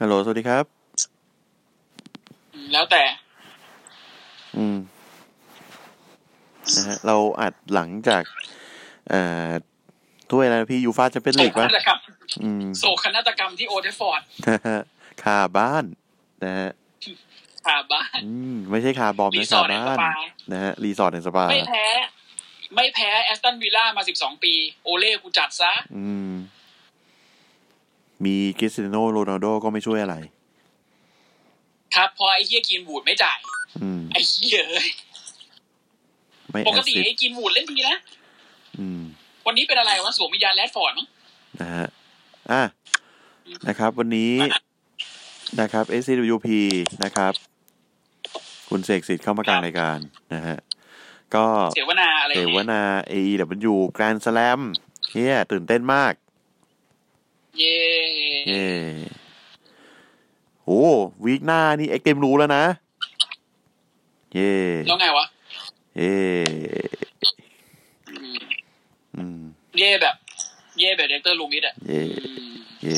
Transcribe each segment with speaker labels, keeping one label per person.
Speaker 1: ฮัลโหล สวัสดีครับ
Speaker 2: แล้วแต่
Speaker 1: อืม นะฮะ เราอัดหลังจาก เอ่อถ้วยอะไรนะพี่ยูฟาแชมเปี้ยน
Speaker 2: โศ
Speaker 1: ลี
Speaker 2: ก
Speaker 1: กป่ะ
Speaker 2: นาฏกรรม
Speaker 1: อืม
Speaker 2: โศกนาฏกรรมที่โอเทฟฟอร์ด
Speaker 1: นะฮะคาบ้าน นะฮะ
Speaker 2: คาบ้าน
Speaker 1: อืม ไม่ใช่คาบอม
Speaker 2: รี
Speaker 1: นะ
Speaker 2: สอ
Speaker 1: คา
Speaker 2: ร์ทแห่งส
Speaker 1: บ้าน
Speaker 2: ปา
Speaker 1: นะฮะ รีสอร์ทแห่งสปา
Speaker 2: ไม่แพ้ ไม่แพ้แอสตันวิลล่ามาสิบสองปี โอเล่กูจัดซะ
Speaker 1: อืม มีคริสเตียโนโรนัลโดก็ไม่ช่วยอะไร
Speaker 2: ครับ พอไอ้เฮียกินบูดไม่จ่าย
Speaker 1: อืม
Speaker 2: ไอ้เฮียเอ้ย
Speaker 1: ไม่
Speaker 2: ป
Speaker 1: แอก ส
Speaker 2: ติ
Speaker 1: ซิส
Speaker 2: ไอ้กินบูดเล่นดีนะ
Speaker 1: อืม
Speaker 2: วันนี้เป็นอะไรวะสวมวิญญาณแรดฟอร์ดมั้ง
Speaker 1: นะฮะ อ่ะ นะครับ วันนี้ นะครับ SCWP นะครับ คุณเสกสิทธิ์เข้ามากลางรายการ นะฮะ ก็
Speaker 2: เสวนาอะไร
Speaker 1: เส
Speaker 2: เนี่ยว
Speaker 1: นา AEW Grand Slam เฮียตื่นเต้นมาก
Speaker 2: เย่
Speaker 1: เย้โอ้วีคหน้านี่ เอ็กเกมรู้แล้วนะ เย้
Speaker 2: แล้วไงวะ
Speaker 1: เย้
Speaker 2: อืม
Speaker 1: อืม
Speaker 2: เย่แบบ เย่แบบเด็กเตอร์ลุงนิดอ่ะ
Speaker 1: เย่
Speaker 2: อืม
Speaker 1: เย่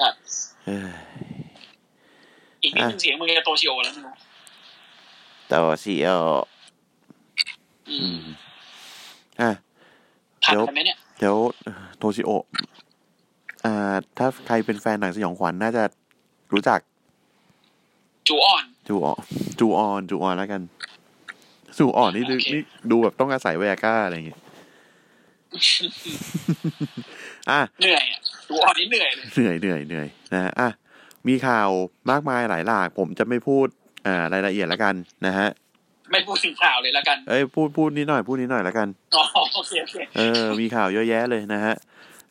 Speaker 2: ครับ
Speaker 1: เอ้ย
Speaker 2: อีกนิดนึงเสียงมึงจะโตชิโอแล้วมึงนะ
Speaker 1: ต่อเสียว
Speaker 2: อื
Speaker 1: อื
Speaker 2: ม
Speaker 1: มอ่ะ
Speaker 2: ทัน
Speaker 1: เดี๋ยว
Speaker 2: ไหมเนี่ย
Speaker 1: เดี๋ยวโทชิโออ่า ถ้าใครเป็นแฟนหนังสยองขวัญน่าจะรู้จัก
Speaker 2: จูอ่อน
Speaker 1: จูออนจูออนจูออนแล้วกันจูออนนี่ดู
Speaker 2: โอเค
Speaker 1: นี่ดูแบบต้องอาศัยแวก้าอะไรอย่างเงี้ยอ่ะ
Speaker 2: เหนื่อยอะจูอ่อนนี่เหนื่อยเลย
Speaker 1: เหนื่อยเหนื่อยเหนื่อยนะฮะอ่ะ มีข่าวมากมายหลายหลาก ผมจะไม่พูดอ่ารายละเอียดแล้วกันนะฮะ
Speaker 2: ไม่พูดถึงข่าวเลยแล้วกัน
Speaker 1: เอ้ยพูดพูดนิดหน่อยพูดนิดหน่อยแล้วกัน
Speaker 2: อ๋อโอเคโอเค
Speaker 1: เออ มีข่าวเยอะแยะเลยนะฮะ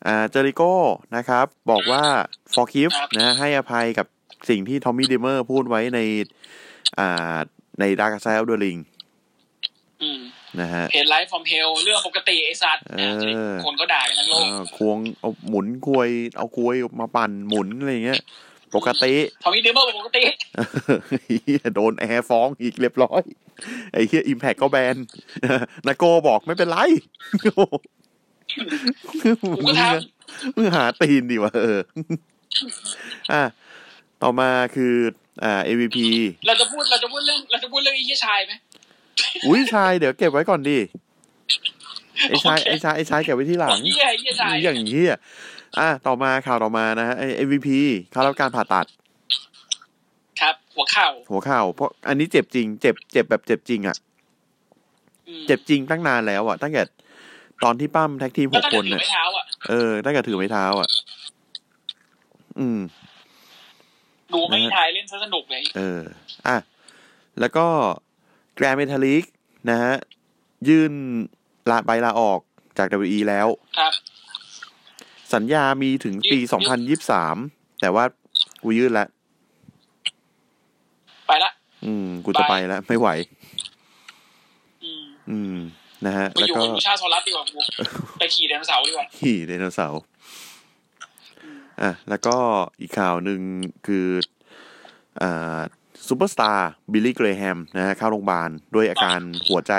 Speaker 1: อ่า เจอริโก้นะครับ บอกว่า forgive นะฮะให้อภัยกับสิ่งที่ทอมมี่ดิเมอร์พูดไว้ใน อ่า ในดาร์กไซด์ออฟเดอะลิง
Speaker 2: อืม
Speaker 1: นะฮะ
Speaker 2: เพจไลฟ์ฟอร์มเฮลเรื่องปกติไอ้สัตว์นะ
Speaker 1: เออ
Speaker 2: คนก็ด่ากันทั้งโล
Speaker 1: เอก อควงเอาหมุนกลวย เอากลวยมาปั่นหมุนอะไรอย่างเงี้ย ปกติ
Speaker 2: ทอมมี่ดิมเมอร์ปกติ
Speaker 1: ไอ้เหี้ยโดนแอร์ฟ้องอีกเรียบร้อย ไอ้เฮียอิมแพกก็แบน นาโกบอกไม่เป็นไรโอ้โห
Speaker 2: กู
Speaker 1: มึ
Speaker 2: ก็
Speaker 1: ง
Speaker 2: ท
Speaker 1: อะมึงหาตีนดิวะเออ อ่ะ ต่อมาคือ อ่า AVP
Speaker 2: ำเราจะพูดเราจะพูดเรื่องเราจะพูดเรื่องไอ้เหี้ยชายไหม
Speaker 1: อุ้ยชายเดี๋ยวเก็บไว้ก่อนดิ ไอ้ชาย
Speaker 2: โอเค
Speaker 1: ไอ้ชายไอ้ชายเก็บไว้ที่หลัง
Speaker 2: ไอ้เหี้ยไอ้เหี้ยชาย
Speaker 1: อย่างเฮียอ่ะ ต่อมาข่าวต่อมานะฮะไอ้ AVP เข้ารับการผ่าตัด
Speaker 2: ครับ หัวเข่า
Speaker 1: หัวเข่าเพราะอันนี้เจ็บจริง เจ็บเจ็บแบบเจ็บจริงอ่ะ
Speaker 2: อืม
Speaker 1: เจ็บจริงตั้งนานแล้วอ่ะตั้งแต่ตอนที่ปั้มแท็กทีมห
Speaker 2: แล้ว
Speaker 1: ก
Speaker 2: ตั้
Speaker 1: ค
Speaker 2: งแต่
Speaker 1: น
Speaker 2: ถือ
Speaker 1: เนี่ย
Speaker 2: ไม้เท้าอ่ะ
Speaker 1: เออตั้งแต่ถือไม้เท้าอ่ะ อืม
Speaker 2: ดูไม่มีทายเล่นซะสนุกเลย
Speaker 1: เออ อ่ะ แล้วก็แกร m เมทัลิกนะฮะ ยื่นลาใบลาออกจาก WE แล้ว
Speaker 2: ครับ
Speaker 1: สัญญามีถึงปี
Speaker 2: ยื่
Speaker 1: 2023 แต่ว่ากูยื่นแล้ว
Speaker 2: ไปละ
Speaker 1: อืม กูจะไป
Speaker 2: ไป
Speaker 1: แล้ว ไม่ไหว
Speaker 2: อืม
Speaker 1: อืม นะฮะ
Speaker 2: ไป
Speaker 1: แล้ว
Speaker 2: อยู่
Speaker 1: ก็
Speaker 2: กับกูชาโซลัสดีกว่ากูไปขี่ไดโนเสาร์ดีกว่า
Speaker 1: ขี่ไดโนเสาร์อ่ะ แล้วก็อีกข่าวหนึ่งคืออ่าซูเปอร์สตาร์บิลลี่เกรแฮมนะฮะเข้าโรงพยาบาลด้วยอาการหัวใจ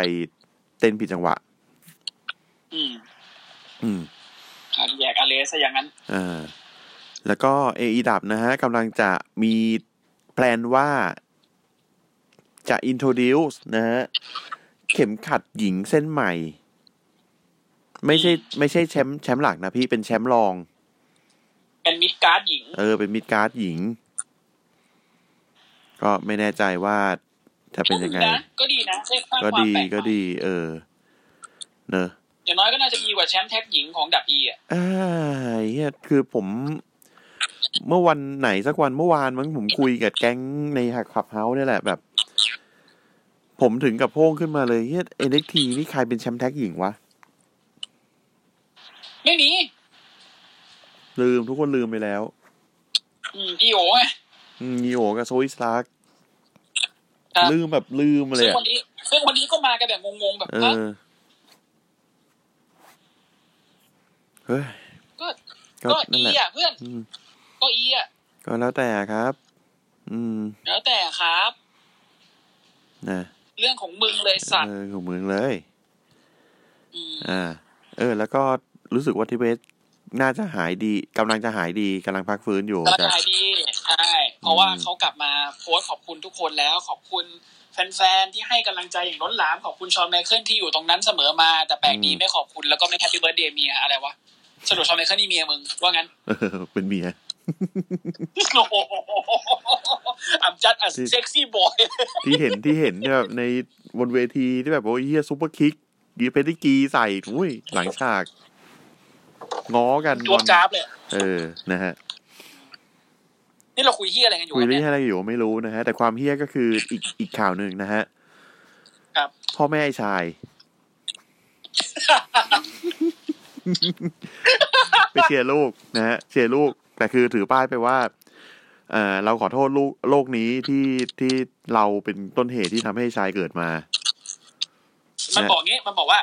Speaker 1: เต้นผิดจังหวะ
Speaker 2: อืม
Speaker 1: อืม
Speaker 2: อาแยกอาเลสซะอย่างนั้น
Speaker 1: อ่า แล้วก็เออีดับนะฮะกำลังจะมีแพลนว่าจะ introduce นะฮะ เข็มขัดหญิงเส้นใหม่ ไม่ใช่ ไม่ใช่แชมป์แชมป์หลักนะพี่เป็นแชมป์รอง
Speaker 2: เป็นมิดการ์ดหญิง
Speaker 1: เออ เป็นมิดการ์ดหญิง ก็ไม่แน่ใจว่าจะเป็นยังไง
Speaker 2: นะก็ดีนะได้สร้าง
Speaker 1: ก็
Speaker 2: ความ
Speaker 1: ดี
Speaker 2: แปลกใหม่
Speaker 1: ก็ดี เออ เนอะ
Speaker 2: อย่างน้อยก็น่าจะดีกว่าแชมป์แท็กหญิงของดับอีอ่ะ
Speaker 1: อ่าไอ้เฮียคือผมเมื่อวันไหนสักวันเมื่อวานมั้งผมคุยกับแก๊งในหักขับเฮาส์เนี่ยแหละแบบ ผมถึงกับโพ่งขึ้นมาเลยเฮียเอ็นเอ็กทีนี่ใครเป็นแชมป์แท็กหญิงวะ
Speaker 2: ไม่มี
Speaker 1: ลืมทุกคนลืมไปแล้ว
Speaker 2: อืมอีโอไง
Speaker 1: อืมนิโอกับโซอิสลาก
Speaker 2: ครับ
Speaker 1: ลืมแบบลืมเล
Speaker 2: ซึ่
Speaker 1: ย
Speaker 2: ง
Speaker 1: อะ
Speaker 2: วันนี้ซึ่งวันนี้ก็มากันแบบงงๆแบบ
Speaker 1: เอ
Speaker 2: ฮะ
Speaker 1: อเฮ้ย
Speaker 2: ก็
Speaker 1: ก็
Speaker 2: ก็
Speaker 1: นั่
Speaker 2: อี
Speaker 1: นแหละ
Speaker 2: อ่ะเพื่อน
Speaker 1: อืม
Speaker 2: ก็อีอ่ะ
Speaker 1: ก็แล้วแต่ครับ อืม
Speaker 2: แล้วแต่ครับ
Speaker 1: นะ
Speaker 2: เรื่องของมึงเลยสัต
Speaker 1: เอ
Speaker 2: ว์
Speaker 1: อของเมืองเลย
Speaker 2: ม
Speaker 1: อ่า เออ แล้วก็รู้สึกว่าทิเบตน่าจะหายดีกำลังจะหายดีกำลังพักฟื้นอยู่
Speaker 2: กำลัง
Speaker 1: จาก
Speaker 2: ใจดีใช่เพราะว่า
Speaker 1: อืม
Speaker 2: เขากลับมาโพสต์ขอบคุณทุกคนแล้ว ขอบคุณแฟนๆที่ให้กำลังใจอย่างล้นหลามขอบคุณชอนไมเคิลที่อยู่ตรงนั้นเสมอมาแต่แปลกดีไม่ขอบคุณแล้วก็ไม่แฮปปี้เบิร์ดเดย์เมียอะไรวะสรุปชอนไมเคิลนี่เมียมึงว่า งั้น
Speaker 1: เออเป็นเมีย
Speaker 2: โอ้โห I'm just a sexy boy
Speaker 1: ที่เห็นที่เห็นเนี่ยแบบ ในบนเวทีที่แบบโอ้ยเฮียซุปเปอร์คิกยีเพนติกีใส่อุ้ยหลังฉาก ง้อกัน
Speaker 2: จวบจ้าบเลย
Speaker 1: เออนะฮะ
Speaker 2: นี่เราคุยเฮียอะไรกันอ
Speaker 1: คุยว
Speaker 2: ยู่ะ
Speaker 1: เรื่อง
Speaker 2: เนี่ย
Speaker 1: อะไรอยู่ไม่รู้นะฮะ แต่ความเฮี้ยก็คือ อีกอีกข่าวหนึ่งนะฮะ
Speaker 2: ครับ
Speaker 1: พ่อแม่ไอ้ชาย ไปเชียร์ลูกนะฮะเชียร์ลูก แต่คือถือป้ายไปว่าเออเราขอโทษลูกโลกนี้ที่ที่เราเป็นต้นเหตุที่ทำให้ไอ้ชายเกิดมา
Speaker 2: มันบอกงี้ มันบอกว่า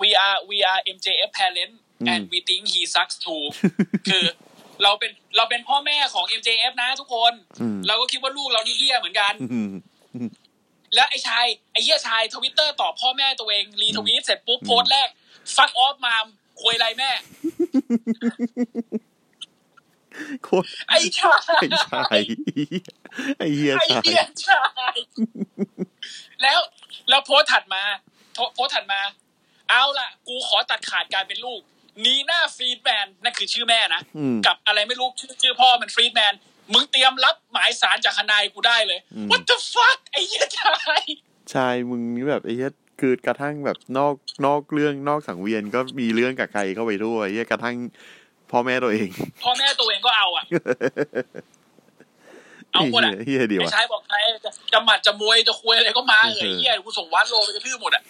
Speaker 2: we are we are MJF parent
Speaker 1: อืม
Speaker 2: and we think he sucks too คือเราเป็นเราเป็นพ่อแม่ของ MJF นะทุกคน
Speaker 1: อืม
Speaker 2: เราก็คิดว่าลูกเรานี่เฮียเหมือนกัน
Speaker 1: อืม
Speaker 2: แล้วไอ้ชาย ไอ้เฮียชายทวิตเตอร์ตอบพ่อแม่ตัวเอง รีทวีตเสร็จปุ๊บ
Speaker 1: อืม
Speaker 2: โพสต์แรก fuck off mom ควยไรแม่
Speaker 1: โคตร
Speaker 2: ไอ้ชาย
Speaker 1: ไอ้ชายไอ้เฮี้ย
Speaker 2: ไอ้
Speaker 1: ชาย
Speaker 2: เหี้ยชาย แล้วแล้วโพสต์ถัดมาโพโพสต์ถัดมา เอาล่ะ กูขอตัดขาดการเป็นลูก นีหน้าฟรีดแมนนั่นคือชื่อแม่นะ
Speaker 1: อืม
Speaker 2: กับอะไรไม่รู้ชื่อชื่อพ่อมันฟรีดแมน มึงเตรียมรับหมายสารจากทนายกูได้เลย
Speaker 1: อืม
Speaker 2: what the fuck ไอ้เหี้ยชาย
Speaker 1: ชายมึงนี่แบบไอ้เหี้ยคือกระทั่งแบบนอกนอกเรื่องนอกสังเวียนก็มีเรื่องกับใครเข้าไปด้วยเหี้ยกระทั่งพ่อแม่ตัวเอง
Speaker 2: พ่อแม่ตัวเองก็เอา อ่ะ เอาหมดอะ
Speaker 1: เหี้ยเหี้ยเดียว
Speaker 2: ไอ้
Speaker 1: อะ
Speaker 2: ชายบอกใครจะจะหมัดจะมวยจะคุยอะไรก็มาเออ
Speaker 1: เออ
Speaker 2: ไอ้เหี้ยกูส่งวัดโลไปกระทืบหมดอ่ะ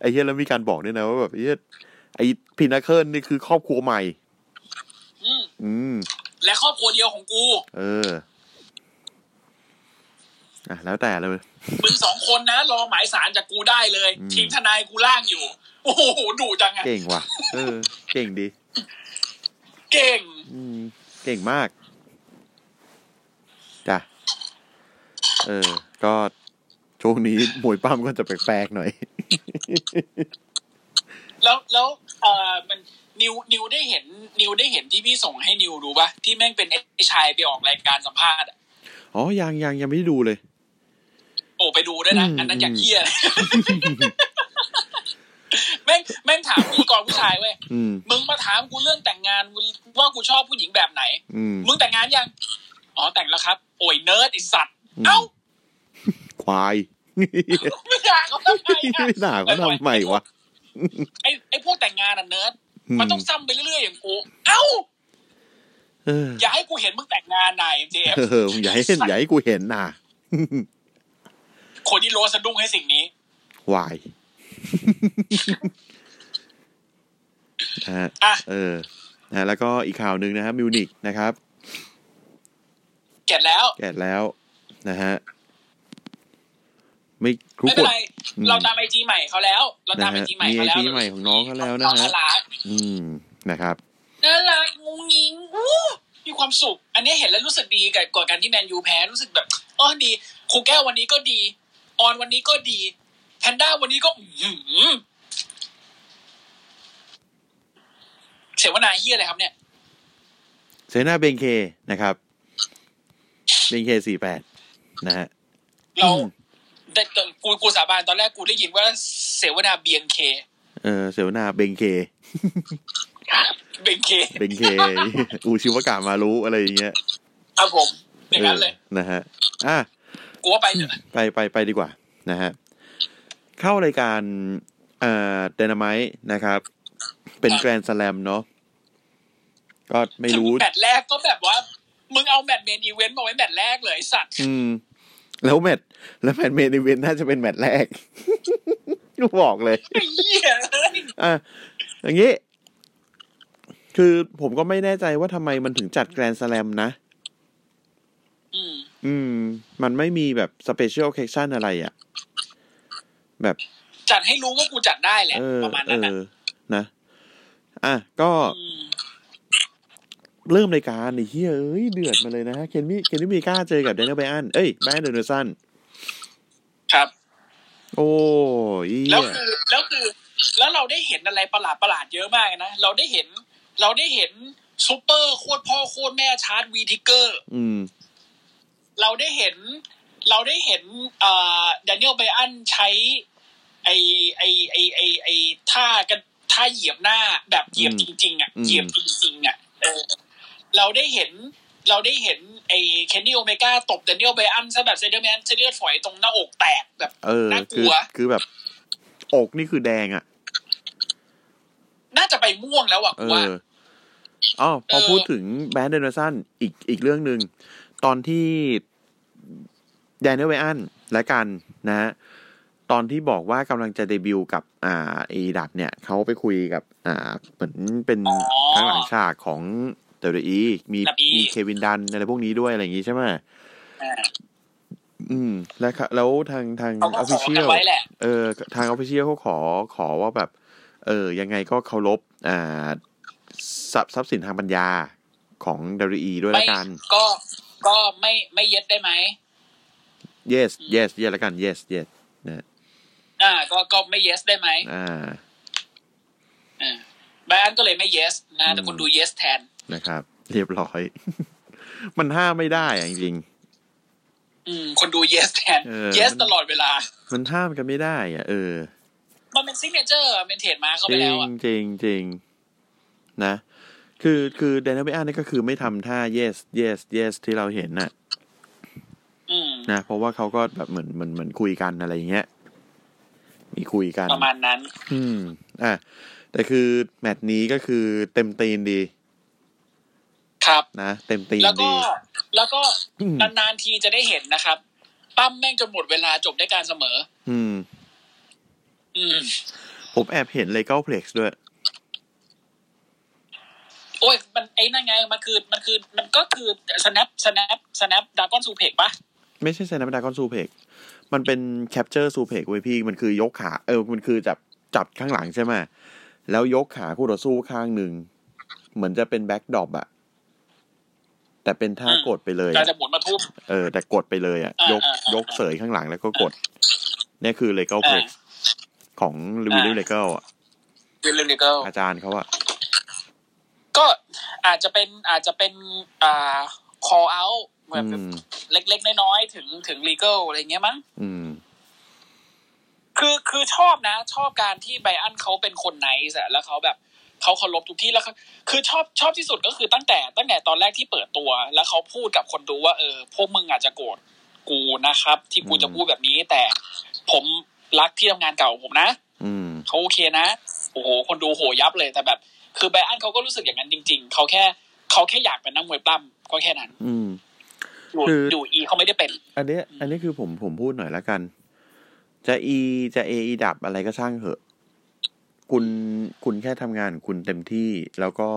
Speaker 1: ไอ้เหี้ยแล้วมีการบอกด้วยนะว่าแบบไอ้เหี้ยไอ้พินาเคิลนี่คือครอบครัวใหม่
Speaker 2: อืม
Speaker 1: อืม
Speaker 2: และครอบครัวเดียวของกู
Speaker 1: เอออ่ะแล้วแต่เลย
Speaker 2: มึงสองคนนะรอหมายสารจากกูได้เลย
Speaker 1: อืม
Speaker 2: ทีมทนายกูล่างอยู่ โอ้โหดุจังอะ
Speaker 1: เก่งว่ะ เออ เก่งดี
Speaker 2: เก่ง
Speaker 1: อืม เก่งมากจ้ะเออ ก็ช่วงนี้มวยปั้มก็จะแปลกๆหน่อย
Speaker 2: แล้วแล้วเออมันนิวนิวได้เห็น นิวได้เห็นที่พี่ส่งให้นิวดูปะที่แม่งเป็นไอ้ชายไปออกรายการสัมภาษณ์อะ
Speaker 1: อ๋อ ยังยังยังไม่ได้ดูเลย
Speaker 2: โอ้ไปดูด้วยนะ
Speaker 1: อืม
Speaker 2: อันนั้นอยากเคียเลย แม่งแม่งถามกูก่อนผู้ชายเว้ย
Speaker 1: อืม
Speaker 2: มึงมาถามกูเรื่องแต่งงานมึงว่ากูชอบผู้หญิงแบบไหน
Speaker 1: อืม
Speaker 2: มึงแต่งงานยังอ๋อแต่งแล้วครับ โอ้ยเนิร์ดไอสัตว์
Speaker 1: อืม
Speaker 2: เอ้า
Speaker 1: ควาย
Speaker 2: ไม่อยากเขาทำไมอะ
Speaker 1: ไม่ด่าก็ทำใหม่วะ
Speaker 2: ไอ้ไอ้พวกแต่งงานอ่ะเนิร์ด
Speaker 1: อืม
Speaker 2: มันต้องซ้ำไปเรื่อยๆอย่างกู เอ้า
Speaker 1: เออ
Speaker 2: อย่าให้กูเห็นมึงแต่งงานนายเจฟ
Speaker 1: เออมึงอย่าให้เห็นอย่าให้กูเห็นน่ะ
Speaker 2: คนที่โลสะดุ้งให้สิ่งนี้
Speaker 1: ควาย นะฮะ
Speaker 2: อ่ะ
Speaker 1: เออนะแล้วก็อีกข่าวหนึ่งนะครับมิวนิกนะครับ
Speaker 2: เก็ดแล้ว
Speaker 1: แกะแล้วนะฮะ ไม่รู้
Speaker 2: ไม่
Speaker 1: ก
Speaker 2: เป็น
Speaker 1: ด
Speaker 2: ไร
Speaker 1: อืม
Speaker 2: เราตามไอจีใหม่เขาแล้ว เราตามไอจีใหม่เขาแล้ว
Speaker 1: นะฮะมี IG ใหม่ของน้องเขาแล้วนะฮะ
Speaker 2: องน่ารัก
Speaker 1: อืมนะครับ
Speaker 2: น่ารักงุ้งงิงอู้ มีความสุข อันนี้เห็นแล้วรู้สึกดีกับก่อนการที่แมนยูแพ้รู้สึกแบบอ๋อดีครูแก้ววันนี้ก็ดี ออนวันนี้ก็ดี แพนด้าวันนี้ก็อื้อหือเสวนาเฮียอะไรครับเนี่ย
Speaker 1: เซนาเบงเคนะครับ เบงเคสี่แปดนะฮะ
Speaker 2: เรา
Speaker 1: อืม
Speaker 2: แต่แต่กูกูสาบานตอนแรกกูได้ยินว่าเสวนาเบียงเค
Speaker 1: เออเสวนาเบงเค
Speaker 2: เบียงเค
Speaker 1: เบงเค อูชิวากามารู้อะไรอย่างเงี้ย
Speaker 2: ครับผมอย่างนั้นเลย
Speaker 1: ออนะฮะ อ่ะ
Speaker 2: กูว่าไปเถอะ
Speaker 1: ไปไปไปดีกว่านะฮะ เข้ารายการเอ่อเดนามายนะครับ เป็นแกรนด์สแลมเนาะก็ไม่รู้
Speaker 2: แมตช์แรกก็แบบว่า มึงเอาแมตช์เมนอีเวนต์มาไว้แมตช์แรกเลยไอ้สัตว์
Speaker 1: อืม แล้วแมตช์แล้วแมตช์เมนอีเวนน่าจะเป็นแมตช์แรก กูบอกเลย
Speaker 2: ไอ้เหี้ยเลย
Speaker 1: อ่ะอย่างงี้ คือผมก็ไม่แน่ใจว่าทำไมมันถึงจัดแกรนด์สแลมนะ
Speaker 2: อืม
Speaker 1: อืม มันไม่มีแบบสเปเชียลเคชั่นอะไรอะ่ะ แบบ
Speaker 2: จัดให้รู้ว่ากูจัดได้แหละ
Speaker 1: เออ
Speaker 2: ประมาณ
Speaker 1: เอ
Speaker 2: นั้นนะ
Speaker 1: อนะ อ่ะ ก็
Speaker 2: ม
Speaker 1: เริ่มรายการไอ้เฮียเอ้ย เดือดมาเลยนะฮะ เคนมี่เคนมี่มีกล้าเจอกับแดนเนลไบอัน เอ้ยไบอันเดอร์เนลสัน
Speaker 2: ครับ
Speaker 1: โอ้ยเหี้ย
Speaker 2: แล้วคือแล้วคือ แล้วเราได้เห็นอะไรประหลาดประหลาดๆเยอะมากนะ เราได้เห็น เราได้เห็นซูเปอร์โคตรพ่อโคตรแม่ชาร์จวีทิกเกอร์
Speaker 1: อืม
Speaker 2: เราได้เห็น เราได้เห็นเอ่อดนเนียลไบอันใช้ ไอไอไอไอไอท่ากันท่าเหยียบหน้าแบบเหยียบ
Speaker 1: อื
Speaker 2: จ
Speaker 1: ม
Speaker 2: ริง ๆ อ่ะ
Speaker 1: อืม
Speaker 2: เหยียบจริงๆอ่ะเออเราได้เห็น เราได้เห็นไอเคนนี่โอเมก้าตบดนเนียลไบอันซะแบบเซเดอร์แมนเซเลือดฝอยตรงหน้าอกแตกแบบ
Speaker 1: เออ
Speaker 2: น่าก
Speaker 1: คื
Speaker 2: ลัว
Speaker 1: คือแบบ อกนี่คือแดงอ่ะ
Speaker 2: น่าจะไปม่วงแล้วอ่ะ
Speaker 1: เอ
Speaker 2: กู
Speaker 1: อ
Speaker 2: ว่า
Speaker 1: อ๋อพอ
Speaker 2: เออ
Speaker 1: พูดถึงแบรนด์เดนเวอร์สันอีกอีกเรื่องหนึ่ง ตอนที่แดนเนลเวอันและกันนะฮะ ตอนที่บอกว่ากำลังจะเดบิวต์กับ อ่าเอดับเนี่ย เขาไปคุยกับ อ่า เหมือนเป็น
Speaker 2: อ๋อ
Speaker 1: ข้างหลังฉากของ WWE มี
Speaker 2: WWE
Speaker 1: มีเควินดัน อะไรพวกนี้ด้วย อะไรอย่างงี้ใช่ไหม
Speaker 2: อ่า
Speaker 1: อืม และค่ะแล้วทางทาง
Speaker 2: เขาก็ขอ
Speaker 1: official
Speaker 2: กันไว้แหละ
Speaker 1: เออทางออฟฟิเชียลเขาขอขอว่าแบบ เออ ยังไงก็เคารพอ่าทรัพย์ทรัพย์สินทางปัญญาของดารีด้วย
Speaker 2: ไม่
Speaker 1: ละกัน
Speaker 2: ก็ก็ไม่ไม่เย็ดได้ไหม
Speaker 1: yes yes yes ละกัน yes yes
Speaker 2: อ่า ก็ก็ไม่เย็ดได้ไหม
Speaker 1: อ่า
Speaker 2: อ่าไบอันก็เลยไม่เย็ดนะแต่คุณดูเย็ดแทน
Speaker 1: นะครับ เรียบร้อย มันห้ามไม่ได้อะจริง
Speaker 2: อืมคนดูเยสแทน
Speaker 1: เออ
Speaker 2: เยส
Speaker 1: มัน
Speaker 2: ตลอดเวลา
Speaker 1: ๆ มันห้ามกันไม่ได้อ่ะ เออ
Speaker 2: มันเป็นซิกเนเจอร์เป็นเทรดมาร์คเข้า
Speaker 1: จ
Speaker 2: ไป
Speaker 1: ริ
Speaker 2: แล้
Speaker 1: ง
Speaker 2: วอ่ะ
Speaker 1: จริงจริงนะ คือคือแดนเนลเบอันนี่ก็คือไม่ทำท่า yes yes yes ที่เราเห็นน่ะ
Speaker 2: อืม
Speaker 1: นะ เพราะว่าเขาก็แบบเหมือนเหมือนเหมือนคุยกันอะไรอย่างเงี้ย มีคุยกัน
Speaker 2: ประมาณนั้น
Speaker 1: อืม อ่ะ แต่คือแมตช์นี้ก็คือเต็มตีนดี
Speaker 2: ครับ
Speaker 1: นะ เต็มตีน
Speaker 2: แล้วก็
Speaker 1: ดี
Speaker 2: แล้วก็
Speaker 1: อืม
Speaker 2: นานๆทีจะได้เห็นนะครับ ปั้มแม่งจนหมดเวลาจบด้วยการเสมอ
Speaker 1: อืม
Speaker 2: อืม
Speaker 1: ผมแอบเห็นเลเกลเพล็กซ์ด้วย
Speaker 2: โอ้ย มันไอ้นั่นไง มันคือมันคือมันก็คือ snap snap snap ดากอนซูเพกปะ
Speaker 1: ไม่ใช่ไซนัปดากอนซูเพกมันเป็นแคปเจอร์ซูเพกเว้ยพี่ มันคือยกขา เออ มันคือจับจับข้างหลังใช่ไหมแล้วยกขาคู่ต่อสู้ข้างหนึ่ง เหมือนจะเป็นแบ็กดรอปอะแต่เป็นท่ากดไปเลย
Speaker 2: เรา
Speaker 1: อะ
Speaker 2: จะหมุนมาทุ่ม
Speaker 1: เออ แต่กดไปเลยอะ
Speaker 2: อ่าย ย
Speaker 1: ก
Speaker 2: อ่าย ย
Speaker 1: กเสยข้างหลังแล้วก็กด เนี่ยคือเลเกลเพล็
Speaker 2: อ่าก
Speaker 1: ซ์ของลิวิลเลเกลอะ
Speaker 2: วิลเลนดิเกิล
Speaker 1: อาจารย์เขาอะ
Speaker 2: ก็อาจจะเป็นอาจจะเป็นอ่า call out แบบ
Speaker 1: อืม
Speaker 2: เล็กๆ น้อยๆ ถึงถึงลีเกิลอะไรอย่างเงี้ยมั้ง
Speaker 1: อืม
Speaker 2: คือคือชอบนะ ชอบการที่ไบรอันเขาเป็นคนไนส์อะแล้วเขาแบบเขาเคารพทุกที่แล้วเขาคือชอบชอบที่สุดก็คือตั้งแต่ตั้งแต่ตอนแรกที่เปิดตัว แล้วเขาพูดกับคนดูว่าเออพวกมึงอาจจะโกรธกูนะครับ ที่กูจะพูดแบบนี้ แต่ผมรักที่ทำงานเก่าของผมนะ
Speaker 1: อืม
Speaker 2: เขาโอเคนะโอ้โหคนดูโหยับเลยแต่แบบ คือไบรอันเขาก็รู้สึกอย่างนั้นจริง ๆเขาแค่เขาแค่อยากเป็นนักมวยปล้ำก็แค่นั้น
Speaker 1: อืม
Speaker 2: อยู่
Speaker 1: คือ
Speaker 2: อ
Speaker 1: อ
Speaker 2: ยู่อีเขาไม่ได้เป็น
Speaker 1: อันเนี้ยอันนี้คือผมผมพูดหน่อยละกัน จะอีจะเออีดับอะไรก็ช่างเหอะ คุณคุณแค่ทำงานของคุณเต็มที่แล้วก็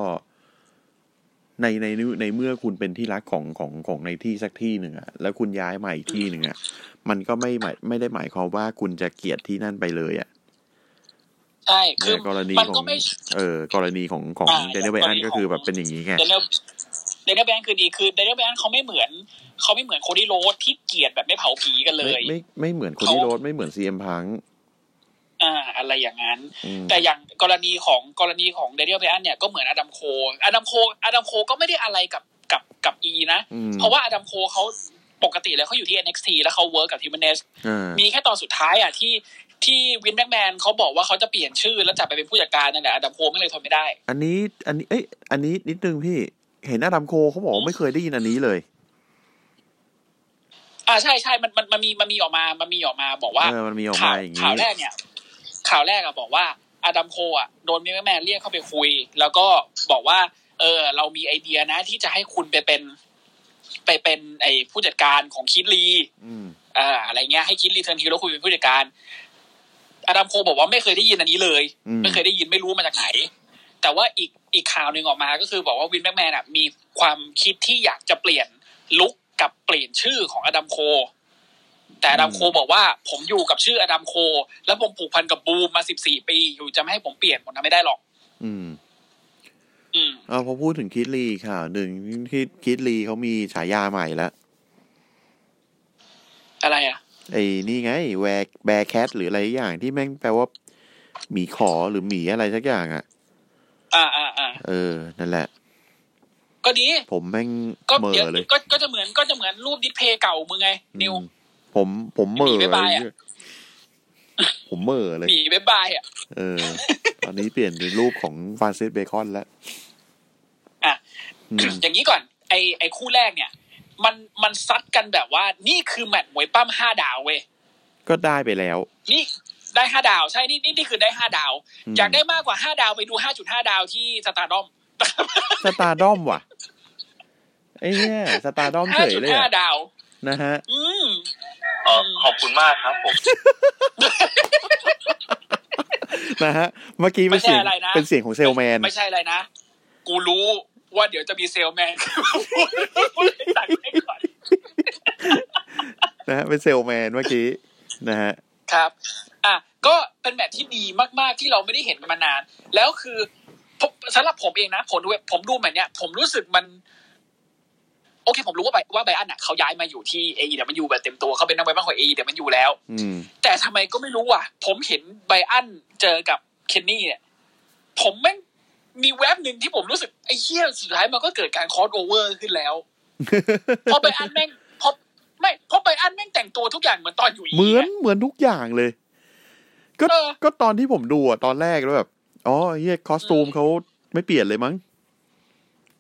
Speaker 1: ในในในเมื่อคุณเป็นที่รักของของของในที่สักที่หนึ่งอะแล้วคุณย้ายมาอีกที่หนึ่งอะมันก็ไม่หมายไม่ได้หมายความว่าคุณจะเกลียดที่นั่นไปเลยอะ
Speaker 2: ใช่
Speaker 1: ใน
Speaker 2: คือก
Speaker 1: รณี
Speaker 2: มัน
Speaker 1: ข
Speaker 2: ก็
Speaker 1: อง
Speaker 2: ไม่
Speaker 1: เออกรณีของของ
Speaker 2: อ่า
Speaker 1: เดนเนลเบอัน
Speaker 2: อย่างกรณี
Speaker 1: ก็คือ
Speaker 2: ของ
Speaker 1: แบบเป็นอย่างนี้ไง
Speaker 2: เดนเนลเดนเนลแบงค์คือดีคือเดนเนลแบงค์เขาไม่เหมือน เขาไม่เหมือนโคดี้โรสที่เกลียดแบบไม่เผาผีกันเล
Speaker 1: ไม่
Speaker 2: ย
Speaker 1: ไม่ไม่เหมือนคนที่โรดไม่เหมือนซีเอ็มพัง
Speaker 2: อ่า อะไรอย่างนั้น
Speaker 1: อืม
Speaker 2: แต่อย่างกรณีของกรณีของเดนเนลแบงค์เนี่ยก็เหมือนอดัมโคอดัมโคอดัมโคก็ไม่ได้อะไรกับกับกับอีนะ
Speaker 1: อืม
Speaker 2: เพราะว่าอดัมโคเขาปกติแล้วเขาอยู่ที่ NXT แล้วเขาเวิร์กกับทิมเนส
Speaker 1: อ่า
Speaker 2: มีแค่ตอนสุดท้ายอ่ะที่ที่วินแมกแมนเขาบอกว่าเขาจะเปลี่ยนชื่อแล้วจะไปเป็นผู้จัดการนั่นแหละอดัมโคไม่เลยทนไม่ได้
Speaker 1: อันนี้อันนี้เอ้ยอันนี้นิดนึงพี่เห็นอาดัมโคเขาบอกว่าไม่เคยได้ยินอันนี้เลย
Speaker 2: อ่าใช่ใช่มันมันมันมีมันมีออกมา มันมีออกมาบอกว่า
Speaker 1: เออมันมีออ
Speaker 2: ข่าม
Speaker 1: กาว อย่างนี้
Speaker 2: ข่าวแรกเนี่ย ข่าวแรกอะบอกว่าอดัมโคอะโดนมิเมแมนเรียกเข้าไปคุย แล้วก็บอกว่า เออ เรามีไอเดียนะ ที่จะให้คุณไปเป็น ไปเป็นไอผู้จัดการของคิดลี
Speaker 1: อืม
Speaker 2: อ่าอะไรเงี้ยให้คิดลีเทิร์นฮิวแล้วคุยเป็นผู้จัดการอดัมโคบอกว่าไม่เคยได้ยินอันนี้เลย
Speaker 1: อืม
Speaker 2: ไม่เคยได้ยินไม่รู้มาจากไหน แต่ว่าอีก อีกข่าวหนึ่งออกมาก็คือบอกว่าวินแม็กแมนอ่ะมีความคิดที่อยากจะเปลี่ยนลุกกับเปลี่ยนชื่อของอดัมโค แต่อดัมโคบอกว่าผมอยู่กับชื่ออดัมโค แล้วผมผูกพันกับบูมมาสิบสี่ปี อยู่จะไม่ให้ผมเปลี่ยนผมทำไม่ได้หรอก
Speaker 1: อืม
Speaker 2: อืม
Speaker 1: เอาพอพูดถึงคิดลีค่ะหนึ่งคิดคิดลีเขามีฉายาใหม่ละ
Speaker 2: อะไรอ่ะ
Speaker 1: ไอ้นี่ไง แวร์แบร์แคทหรืออะไรอย่างที่แม่งแปลว่าหมีขอหรือหมีอะไรสักอย่างอ่ะ
Speaker 2: อ่าอ่าอ่า
Speaker 1: เออ นั่นแหละ
Speaker 2: ก็ดี
Speaker 1: ผมแม่ง
Speaker 2: ก็
Speaker 1: เหม่
Speaker 2: เดี๋ยว
Speaker 1: อเลย
Speaker 2: ก็ก็จะเหมือนก็จะเหมือนรูปดิสเพย์เก่ามึงไง นิว
Speaker 1: อืมผมผมเหม่อ
Speaker 2: หมีบ๊ายบายอะ
Speaker 1: เลยผมเหม่อเลย
Speaker 2: หมีบ๊ายบายอ่ะ
Speaker 1: เออ ตอนนี้เปลี่ยนเป็นรูปของฟรานซิสเบคอนแล้ว
Speaker 2: อ่ะ
Speaker 1: อืม
Speaker 2: อย่างนี้ก่อนไอไอคู่แรกเนี่ย มันมันซัดกันแบบว่า นี่คือแมตช์มวยปั้มห้าดาวเว้ย
Speaker 1: ก็ได้ไปแล้ว
Speaker 2: นี่ได้ห้าดาวใช่นี่นี่นี่คือได้ห้าดาว
Speaker 1: อืม
Speaker 2: อยากได้มากกว่าห้าดาวไปดูห้าจุดห้าดาวที่สตาร์ดอม
Speaker 1: สตาร์ดอมว่ะไอ้เนี่ยสตาร์ดอมเฉ
Speaker 2: ห้าย จุด
Speaker 1: เลย
Speaker 2: ห้า
Speaker 1: อะ
Speaker 2: ดาว
Speaker 1: นะฮะ
Speaker 2: อืม
Speaker 3: เอ่อขอบคุณมากครับผม
Speaker 1: นะฮะ เมื่อกี้เป็น
Speaker 2: ไม่
Speaker 1: เสี
Speaker 2: ใช่
Speaker 1: ยง
Speaker 2: อะไรนะ
Speaker 1: เป็นเสียงของเซลแมน
Speaker 2: ไม่ใช่อะไรนะ กูรู้ว่าเดี๋ยวจะมีเซลแมน พูดให้ตัดไปก่อน
Speaker 1: นะฮะเป็นเซลแมนเมื่อกี้นะฮะ
Speaker 2: ครับ อ่ะ ก็เป็นแมทที่ดีมากๆที่เราไม่ได้เห็นกันมานาน แล้วคือผมสำหรับผมเองนะผมดูผมดูแมทเนี้ยผมรู้สึกมัน โอเค ผมรู้ว่าไบว่าไบอันน่ะเขาย้ายมาอยู่ที่เอเดี๋ยวมันอยู่แบบเต็มตัวเขาเป็นนักไบอันของเอเดี๋ยวมันอยู่แล้ว
Speaker 1: อืม
Speaker 2: แต่ทำไมก็ไม่รู้ว่ะ ผมเห็นไบอันเจอกับเคนนี่เนี่ยผมแม่งมีแวบหนึ่งที่ผมรู้สึกไอ้เหี้ยสุดท้ายมันก็เกิดการคอสโอเวอร์ขึ้นแล้วเพราะไบอันแม่งเพราะไม่เพราะไบอันแม่งแต่งตัวทุกอย่างเหมือนตอนอยู่ EE
Speaker 1: เหมือนเหมือนทุกอย่างเลย ก็
Speaker 2: เออ
Speaker 1: ก็ตอนที่ผมดูอะตอนแรกแล้วแบบ อ๋อเฮียคอสตูมเขาไม่เปลี่ยนเลยมั้ง